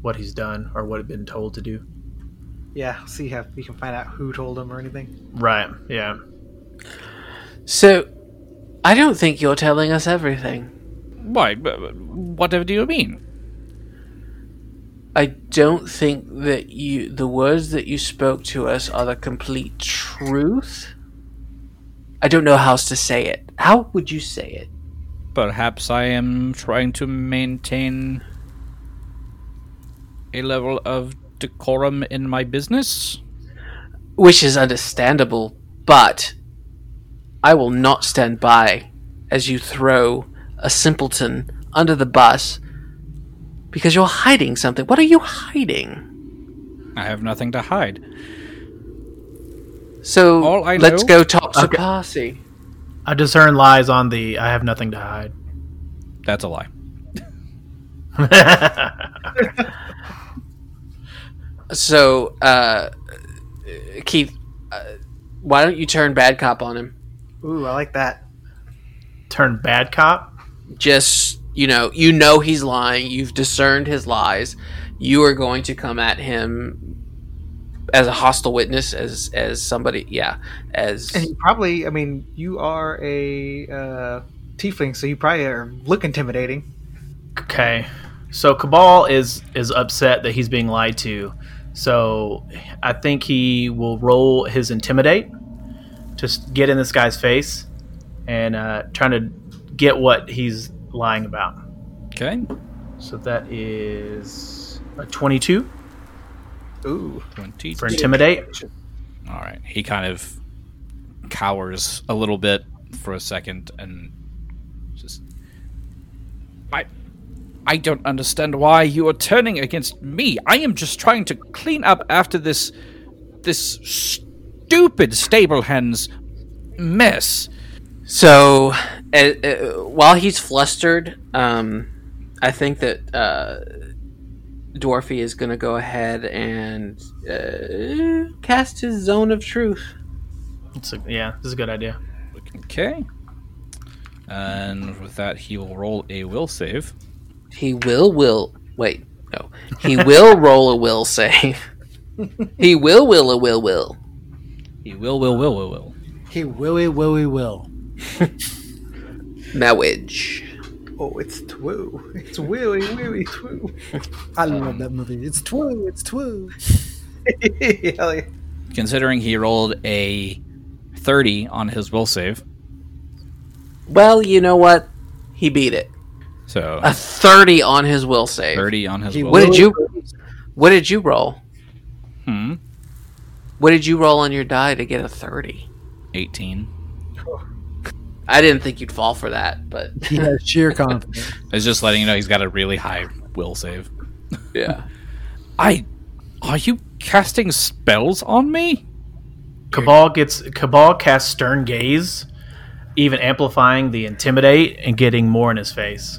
S5: what he's done or what had been told to do.
S4: Yeah, see how you can find out who told him or anything.
S5: Right. Yeah.
S2: So, I don't think you're telling us everything.
S3: Why? b- b- Whatever do you mean?
S2: I don't think that you the words that you spoke to us are the complete truth. I don't know how else to say it. How would you say it?
S3: Perhaps I am trying to maintain a level of decorum in my business.
S2: Which is understandable, but I will not stand by as you throw a simpleton under the bus because you're hiding something. What are you hiding?
S3: I have nothing to hide.
S2: So
S3: All I
S2: let's
S3: know-
S2: go talk to
S5: Okay.
S2: Parsi.
S5: I discern lies on the. I have nothing to hide.
S3: That's a lie.
S2: So, uh, Keith, uh, why don't you turn bad cop on him?
S4: Ooh, I like that.
S5: Turn bad cop.
S2: Just you know, you know he's lying. You've discerned his lies. You are going to come at him as a hostile witness, as as somebody, yeah, as
S4: And you probably, I mean, you are a uh, tiefling, so you probably are look intimidating.
S5: Okay. So Cabal is is upset that he's being lied to. So I think he will roll his intimidate to s- get in this guy's face and uh, trying to get what he's lying about.
S3: Okay.
S5: So that is a 22
S4: Ooh.
S3: 20.
S5: for intimidate.
S3: All right. He kind of cowers a little bit for a second and just I I don't understand why you are turning against me. I am just trying to clean up after this this stupid stable hens mess.
S2: So, uh, uh, while he's flustered, um, I think that uh, Dwarfy is going to go ahead and uh, cast his zone of truth.
S5: It's a, yeah, this is a good idea.
S3: Okay. And with that he will roll a will save.
S2: He will will wait no. He will roll a will save. he will will a will will.
S3: He will will will will will.
S6: Hey, willy willy will.
S2: Mowage.
S4: Oh, it's Twoo. It's Willy Willy Twoo.
S6: I love that movie. It's twoo. It's twoo.
S4: Hell yeah.
S3: Considering he rolled a 30 on his will save.
S2: Well, you know what? He beat it.
S3: So
S2: A thirty on his will save.
S3: 30 on his
S6: He
S3: will.
S2: What did you? What did you roll?
S3: Hmm.
S2: What did you roll on your die to get a thirty?
S3: 18.
S2: I didn't think you'd fall for that, but
S6: He has sheer confidence.
S3: It's just letting you know he's got a really high will save.
S2: yeah.
S3: I. Are you casting spells on me?
S5: Cabal gets Cabal casts stern gaze, even amplifying the intimidate and getting more in his face.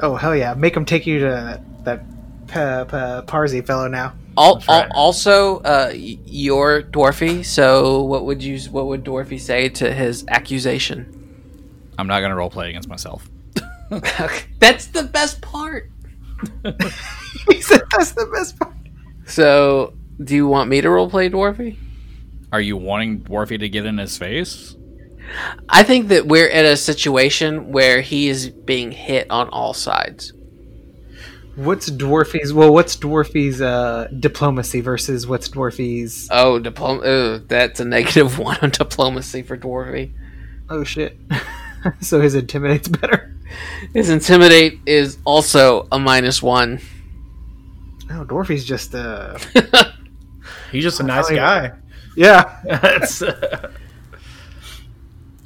S4: Oh, hell yeah. Make him take you to that, that pa- pa- Parsi fellow now.
S2: Al-
S5: That's right.
S2: al- also, uh, y- you're Dwarfy, so what would you? What would Dwarfy say to his accusation?
S3: I'm not going to roleplay against myself.
S2: That's the best part.
S4: He said that's the best part.
S2: So, do you want me to roleplay Dwarfy?
S3: Are you wanting Dwarfy to get in his face?
S2: I think that we're at a situation where he is being hit on all sides.
S4: What's Dwarfy's? Well, what's Dwarfy's uh, diplomacy versus what's Dwarfy's?
S2: Oh, diplom- oh, that's a negative one on diplomacy for Dwarfy.
S4: Oh shit! so his intimidates better.
S2: His intimidate is also a minus one.
S4: Oh, Dwarfy's just uh,
S5: He's just a nice
S4: Oh, yeah.
S5: guy.
S4: yeah.
S5: That's. uh,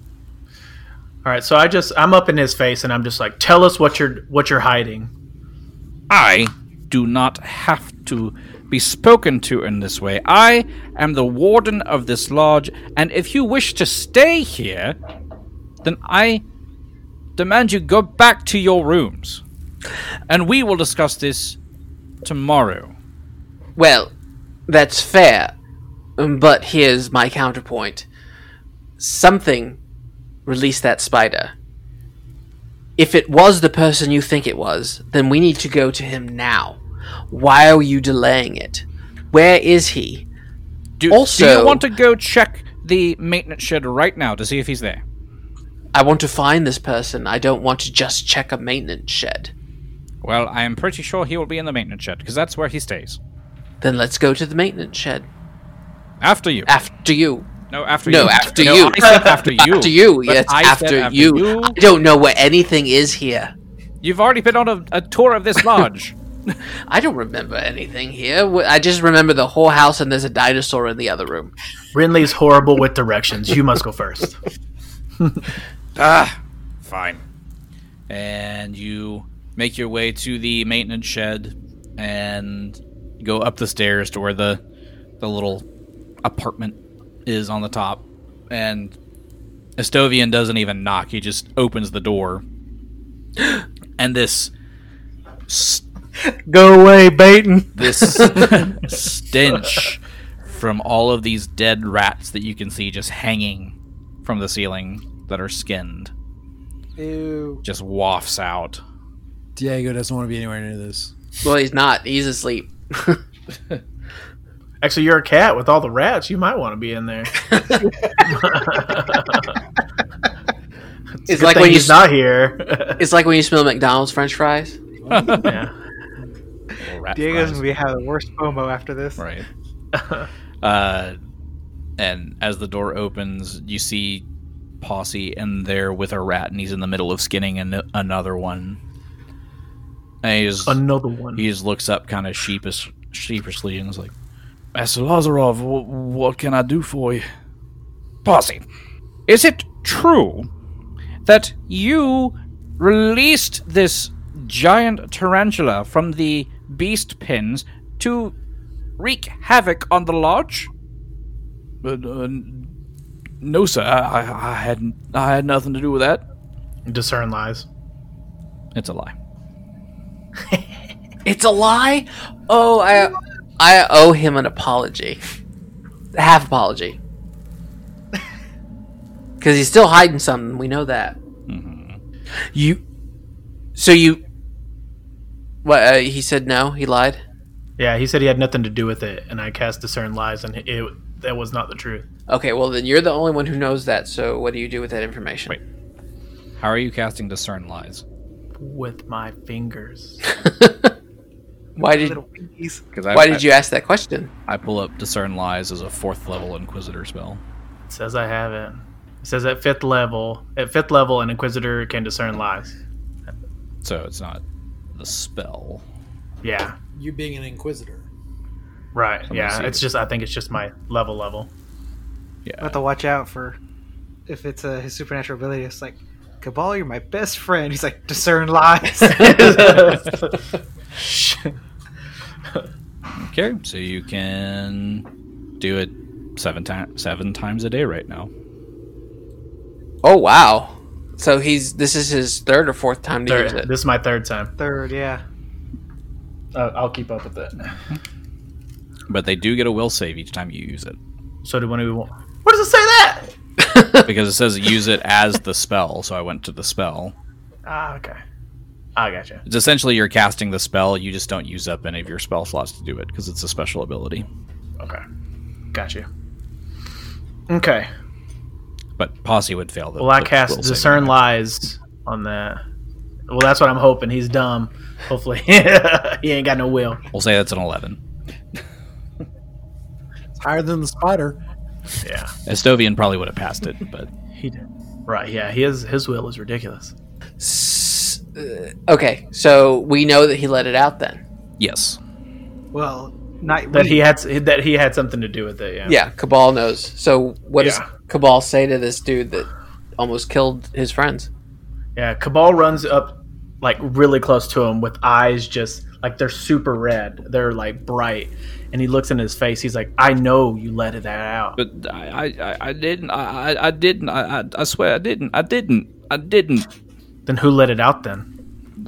S5: All right, so I just I'm up in his face and I'm just like, tell us what you're what you're hiding.
S3: I do not have to be spoken to in this way. I am the warden of this lodge, and if you wish to stay here, then I demand you go back to your rooms. And we will discuss this tomorrow.
S2: Well, that's fair, but here's my counterpoint. Something released that spider. If it was the person you think it was, then we need to go to him now. Why are you delaying it? Where is he?
S3: Do, do
S2: Also-
S3: you want to go check the maintenance shed right now to see if he's there?
S2: I want to find this person. I don't want to just check a maintenance shed.
S3: Well, I am pretty sure he will be in the maintenance shed because that's where he stays.
S2: Then let's go to the maintenance shed.
S3: After you.
S2: After you.
S3: no, after you.
S2: No, after
S3: No,
S2: you.
S3: I said after you.
S2: After you.
S3: But
S2: Yes,
S3: I said
S2: after, you. I don't know where anything is here.
S3: You've already been on a, a tour of this lodge.
S2: I don't remember anything here. Wh- I just remember the whole house and there's a dinosaur in the other room.
S5: Rinley's horrible with directions. You must go first.
S3: ah, fine. And you make your way to the maintenance shed and go up the stairs to where the the little apartment is on the top. And Estovian doesn't even knock; he just opens the door. And this
S4: Go away, Baton.
S3: this stench from all of these dead rats that you can see just hanging from the ceiling that are skinned
S6: Ew.
S3: just wafts out.
S6: Diego doesn't want to be anywhere near this.
S2: Well, he's not. He's asleep.
S5: Actually, you're a cat with all the rats. You might want to be in there.
S2: It's
S5: Good
S2: like
S5: thing
S2: when you
S5: he's
S2: s-
S5: not here.
S2: it's like when you smell McDonald's French fries.
S5: Yeah.
S3: Rat
S4: Diego's
S3: fries.
S4: gonna be have the worst FOMO after this.
S3: right. uh, and as the door opens, you see Posse in there with a rat, and he's in the middle of skinning an- another one. And he's
S5: Another one.
S3: he just looks up kind of sheepish, sheepishly and is like, Master Lazarov, wh- what can I do for you? Posse, is it true that you released this giant tarantula from the beast pens to wreak havoc on the lodge? Uh, no, sir. I, I, I had I had nothing to do with that.
S5: Discern lies.
S3: It's a lie.
S2: It's a lie. Oh, I I owe him an apology, half apology, because he's still hiding something. We know that. You, so you, what? Uh, he said no. He lied.
S5: Yeah, he said he had nothing to do with it, and I cast discern lies, and it, it that was not the truth.
S2: Okay, well then you're the only one who knows that. So what do you do with that information?
S3: Wait. How are you casting discern lies?
S5: With my fingers.
S2: Why did
S4: Little pinkies.
S3: Because
S2: Why did you ask that question?
S3: I pull up Discern Lies as a fourth level Inquisitor spell.
S5: It says I have it. It says at fifth level, at fifth level, an inquisitor can discern lies.
S3: So it's not the spell.
S5: Yeah,
S6: You being an inquisitor.
S5: right.
S3: see
S5: yeah, it's
S3: it.
S5: just I think it's just my level level.
S4: I have to watch out for if it's uh, his supernatural ability. It's like, Cabal, you're my best friend. He's like, discern lies.
S3: Okay, so you can do it seven times seven times a day right now.
S2: Oh wow! So he's this is his third or fourth time to use
S5: Third,
S2: it.
S5: this is my third time.
S4: Third, yeah.
S5: Uh, I'll keep up with it.
S3: But they do get a will save each time you use it
S5: So do when we want. What does it say that?
S3: because it says use it as the spell. So I went to the spell.
S5: Ah, okay. I gotcha.
S3: It's essentially you're casting the spell. You just don't use up any of your spell slots to do it because it's a special ability.
S5: Okay, gotcha. Okay.
S3: But Posse would fail. The,
S5: Well, I
S3: the will
S5: cast
S3: saving.
S5: discern lies on that. Well, that's what I'm hoping. He's dumb. Hopefully, he ain't got no will.
S3: We'll say that's an eleven.
S6: It's higher than the spider.
S5: Yeah,
S3: Estovian probably would have passed it, but
S5: he did. Right? Yeah, his his will is ridiculous.
S2: S- uh, okay, so we know that he let it out then.
S3: yes,
S4: Well, not
S5: That
S4: we.
S5: he had that he had something to do with it. Yeah.
S2: Yeah, Cabal knows. So what does
S5: Yeah.
S2: Cabal say to this dude that almost killed his friends?
S5: Yeah. Cabal runs up like really close to him with eyes just like they're super red. They're like bright, and he looks in his face. He's like, "I know you let it out."
S3: But I, I, I- I didn't. I, I- I didn't. I, I, I swear, I didn't. I didn't. I didn't.
S5: then who let it out? Then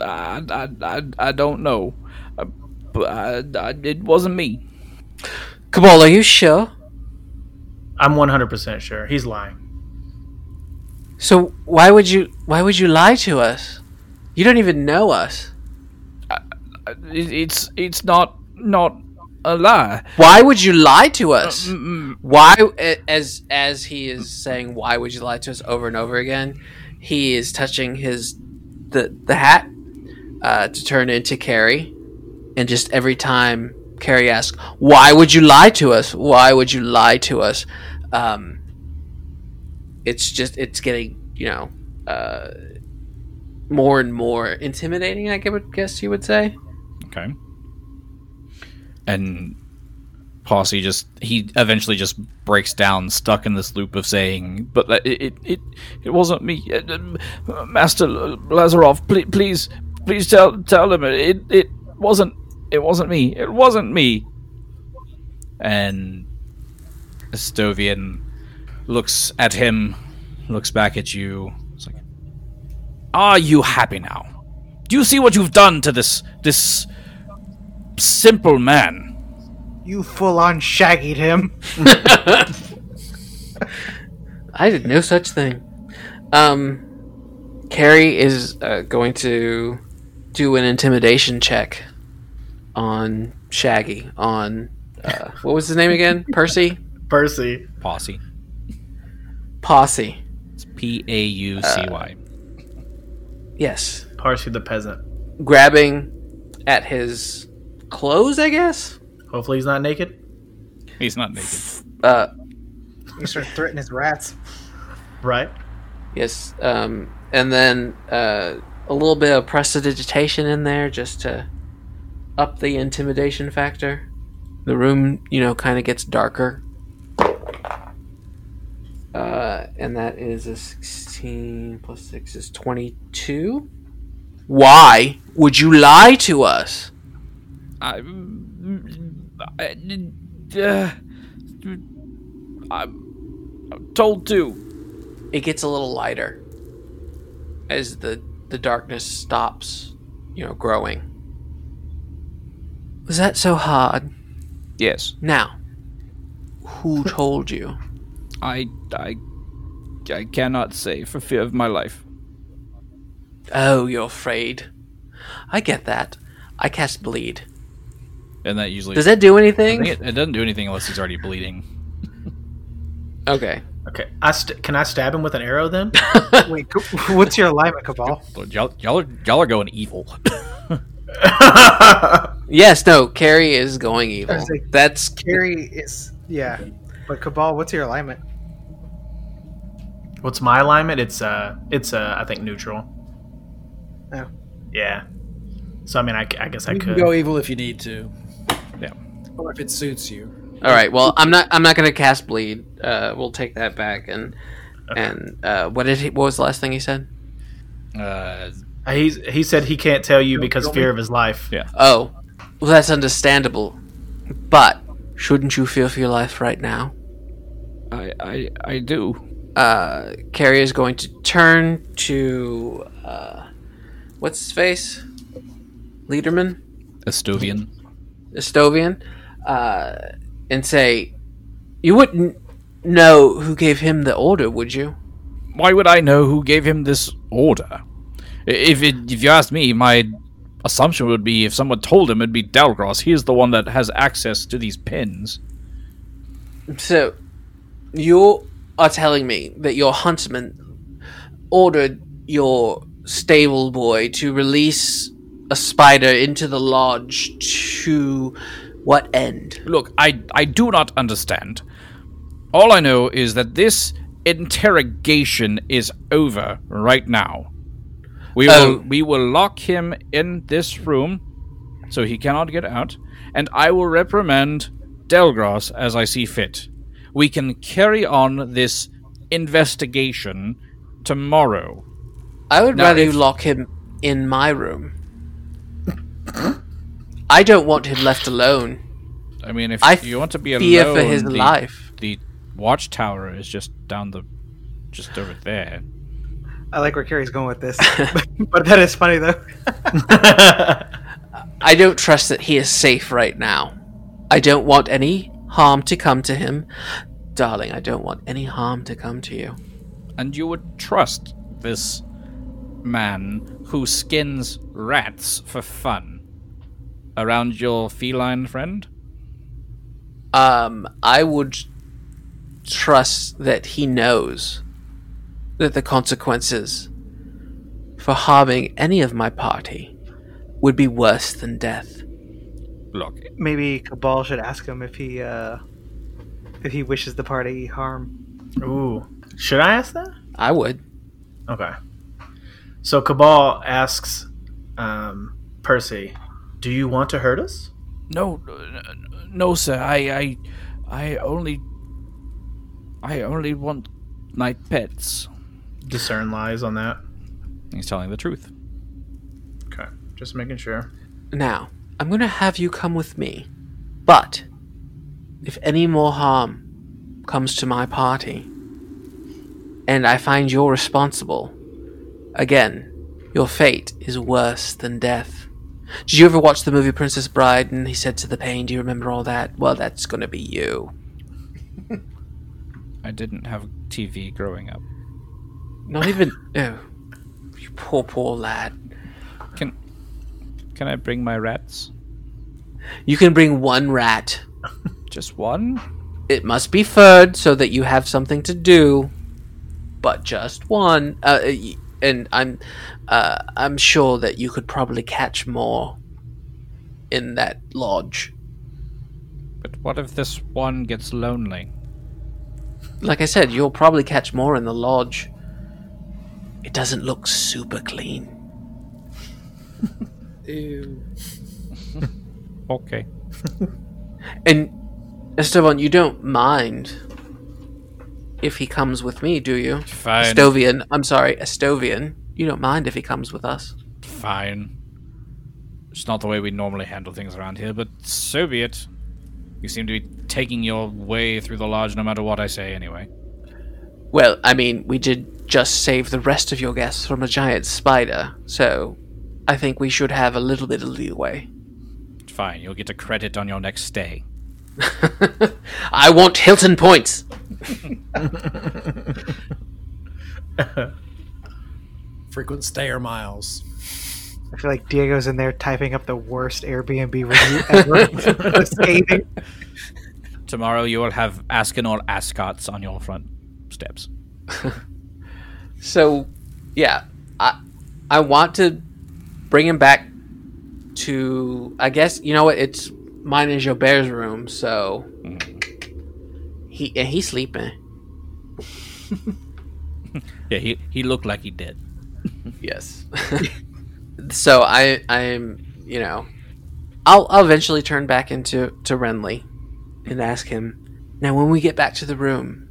S3: I, I, I, I don't know. I, but I, I, it wasn't me.
S2: Cabal, are you sure?
S5: I'm 100 percent sure he's lying.
S2: So why would you why would you lie to us? You don't even know us.
S3: It, it's, it's not, not a lie. Mm,
S2: Why would you lie to us? Why, a- as as he is saying, why would you lie to us over and over again? He is touching his the the hat uh, to turn into Carrie, and just every time Carrie asks, "Why would you lie to us? Why would you lie to us?" Um, it's just it's getting you know uh, more and more intimidating. I gu- would guess you would say.
S3: Okay. And Posse just he eventually just breaks down, stuck in this loop of saying, "But that- it it it, it wasn't me, Uh, uh, Master Lazarov. Please, please, please tell tell him it it wasn't it wasn't me. It wasn't me." And Estovian looks at him, looks back at you. It's like, "Are you happy now? Do you see what you've done to this this simple man.
S4: You full on shaggied him.
S2: I did no such thing. Um, Carrie is uh, going to do an intimidation check on Shaggy. On uh, what was his name again? Percy
S5: Percy.
S3: Posse.
S2: Posse.
S3: It's P A U C Y.
S2: Yes.
S5: Percy the peasant.
S2: grabbing at his clothes, I guess.
S5: Hopefully he's not naked.
S3: He's not naked.
S2: Uh,
S4: You start threatening his rats.
S5: Right.
S2: yes, um, and then uh, a little bit of prestidigitation in there just to up the intimidation factor. The room, you know, kind of gets darker. Uh, and that is a 16 plus 6 is 22. Why would you lie to us?
S3: I, I, uh, I'm, I'm told to.
S2: it gets a little lighter as the the darkness stops, you know, growing. Was that so hard?
S3: Yes,
S2: Now, who told you?
S3: I, I, I cannot say for fear of my life.
S2: Oh, you're afraid. I get that. I cast bleed.
S3: And that usually
S2: Does that do
S3: I think
S2: anything?
S3: it, it doesn't do anything unless he's already bleeding.
S2: Okay.
S5: Okay. I st- can I stab him with an arrow then?
S4: Wait, co- what's your alignment, Cabal?
S3: So y'all, y'all, are, y'all are going evil.
S2: Yes, no, Carrie is going
S4: I
S2: evil.
S4: was like-
S2: That's
S4: Carrie is yeah, but Cabal, what's your alignment?
S5: What's my alignment? It's uh, it's uh, I think neutral.
S4: Oh.
S5: Yeah. So I mean, I, c- I guess I
S6: You can
S5: could.
S6: go e- evil if you need to.
S3: Yeah.
S6: Or if it suits you.
S2: All right. Well, I'm not. I'm not going to cast bleed. Uh, we'll take that back. And and uh, what did he? What was the last thing he said?
S3: Uh,
S5: Uh, He's, he said he can't tell you because fear
S6: e-
S5: of his life.
S3: Yeah.
S2: Oh, well, that's understandable. But shouldn't you fear for your life right now?
S3: I, I, I do.
S2: Uh, Carrie is going to turn to uh, what's his face, Liederman,
S3: Estovian.
S2: Estovian, uh, and say, "You wouldn't know who gave him the order, would you?"
S3: Why would I know who gave him this order? I- If it, if you asked me, my assumption would be if someone told him it'd be Dalgros. He is the one that has access to these pins.
S2: So, you are telling me that your huntsman ordered your stable boy to release a spider into the lodge to what end?
S3: Look, I I do not understand. All I know is that this interrogation is over right now. We will
S2: Oh.
S3: we will lock him in this room so he cannot get out, and I will reprimand Delgras as I see fit. We can carry on this investigation tomorrow.
S2: I would
S3: No,
S2: rather you
S3: if-
S2: lock him in my room. I don't want him left alone.
S3: I mean, if
S2: I
S3: you want to be alone,
S2: fear for his
S3: the,
S2: life.
S3: the watchtower is just down the, just over there.
S4: I like where Carrie's going with this, but that is funny though.
S2: I don't trust that he is safe right now. I don't want any harm to come to him. Darling, I don't want any harm to come to you.
S3: and you would trust this man who skins rats for fun around your feline friend?
S2: Um, I would trust that he knows that the consequences for harming any of my party would be worse than death.
S3: Look,
S4: Maybe Cabal should ask him if he uh if he wishes the party harm.
S5: Ooh. Should I ask that?
S2: I would.
S5: Okay. So Cabal asks um, Percy, "Do you want to hurt us?"
S3: no, n- no, sir. I, I, I only, I only want my pets.
S5: Discern lies on that.
S3: He's telling the truth.
S5: Okay. Just making sure.
S2: Now, I'm gonna have you come with me, but if any more harm comes to my party, and I find you're responsible, again, your fate is worse than death. Did you ever watch the movie Princess Bride and he said to the pain, Do you remember all that? Well, that's gonna be you.
S3: I didn't have TV growing up.
S2: Not even. Oh, you poor, poor lad.
S3: Can, can I bring my rats?
S2: You can bring one rat.
S3: Just one?
S2: It must be furred so that you have something to do, but just one. Uh, y- and I'm uh, I'm sure that you could probably catch more in that lodge.
S3: But what if this one gets lonely?
S2: Like I said, you'll probably catch more in the lodge. It doesn't look super clean.
S3: Okay.
S2: And Esteban, you don't mind if he comes with me, do you?
S3: Fine.
S2: Estovian, I'm sorry, Estovian. You don't mind if he comes with us.
S3: Fine. It's not the way we normally handle things around here, but so be it. You seem to be taking your way through the lodge no matter what I say anyway.
S2: Well, I mean, we did just save the rest of your guests from a giant spider, so I think we should have a little bit of leeway.
S3: Fine, you'll get a credit on your next stay.
S2: I want Hilton points.
S6: Frequent stayer miles.
S4: I feel like Diego's in there typing up the worst Airbnb review ever. Just hating.
S3: Tomorrow you will have Askinol ascots on your front steps.
S2: So, yeah, I I want to bring him back to I guess you know what it's mine is Jobert's room, so he and he's sleeping.
S3: Yeah, he, he looked like he did.
S2: Yes. so I I'm you know I'll I'll eventually turn back into to Renly and ask him. Now when we get back to the room,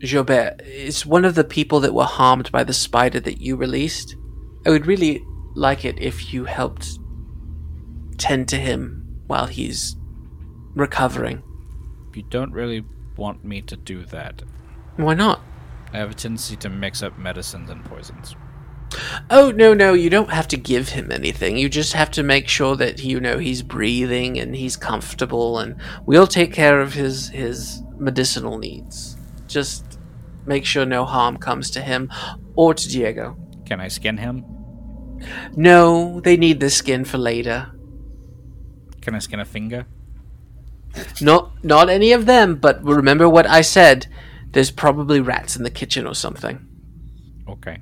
S2: Jobert, is one of the people that were harmed by the spider that you released? I would really like it if you helped tend to him while he's recovering.
S3: You don't really want me to do that.
S2: Why not?
S3: I have a tendency to mix up medicines and poisons.
S2: Oh no no, you don't have to give him anything. You just have to make sure that you know he's breathing and he's comfortable and we'll take care of his his medicinal needs. Just make sure no harm comes to him or to Diego.
S3: Can I skin him?
S2: No, they need this skin for later.
S3: Can I skin a finger?
S2: Not not any of them, but remember what I said. There's probably rats in the kitchen or something.
S3: Okay.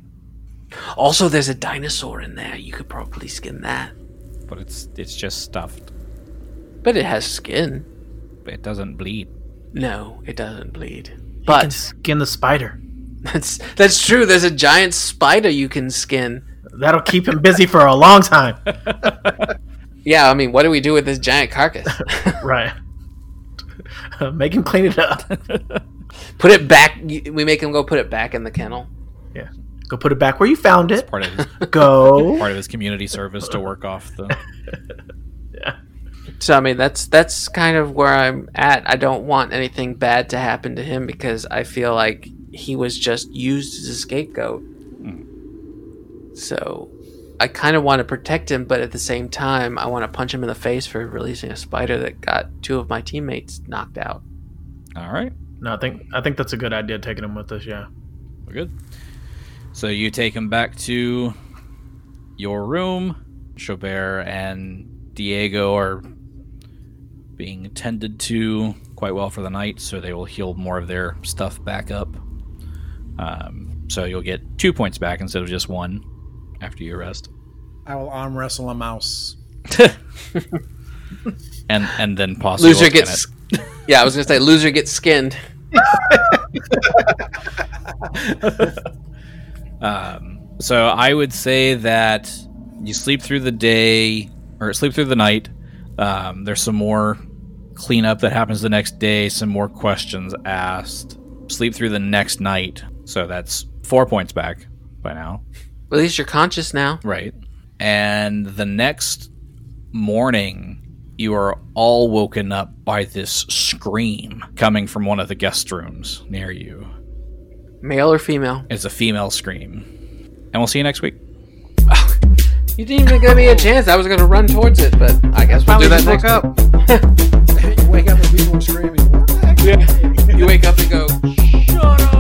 S2: Also, there's a dinosaur in there. You could probably skin that.
S3: But it's it's just stuffed.
S2: But it has skin.
S3: It doesn't bleed.
S2: No, it doesn't bleed.
S5: You can
S2: But
S5: skin the spider.
S2: That's that's true. There's a giant spider you can skin.
S5: That'll keep him busy for a long time.
S2: Yeah, I mean, what do we do with this giant carcass?
S5: Right. Make him clean it up.
S2: put it back. We make him go put it back in the kennel.
S5: yeah. Go put it back where you found it.
S3: Part of his,
S5: Go.
S3: part of his community service to work off the
S2: So I mean, that's that's kind of where I'm at. I don't want anything bad to happen to him because I feel like he was just used as a scapegoat. So I kind of want to protect him, but at the same time, I want to punch him in the face for releasing a spider that got two of my teammates knocked out.
S3: All right.
S5: No, I think I think that's a good idea taking him with us, yeah.
S3: We're good. So you take him back to your room. Chaubert and Diego are being tended to quite well for the night, so they will heal more of their stuff back up. Um, so you'll get two points back instead of just one after you rest,
S6: I will arm wrestle a mouse.
S3: and and then possibly
S2: Loser gets. Yeah, I was gonna say loser gets skinned.
S3: So I would say that you sleep through the day or sleep through the night. Um, there's some more cleanup that happens the next day, some more questions asked. Sleep through the next night. So that's four points back by now.
S2: At least you're conscious now.
S3: Right. And the next morning, you are all woken up by this scream coming from one of the guest rooms near you.
S2: Male or female?
S3: It's a female scream. And we'll see you next week.
S2: You didn't even give me a chance. I was gonna run towards it, but I guess we'll do that next. Up.
S6: you wake up and people are screaming. What the heck?
S2: You wake up and go. Shut up.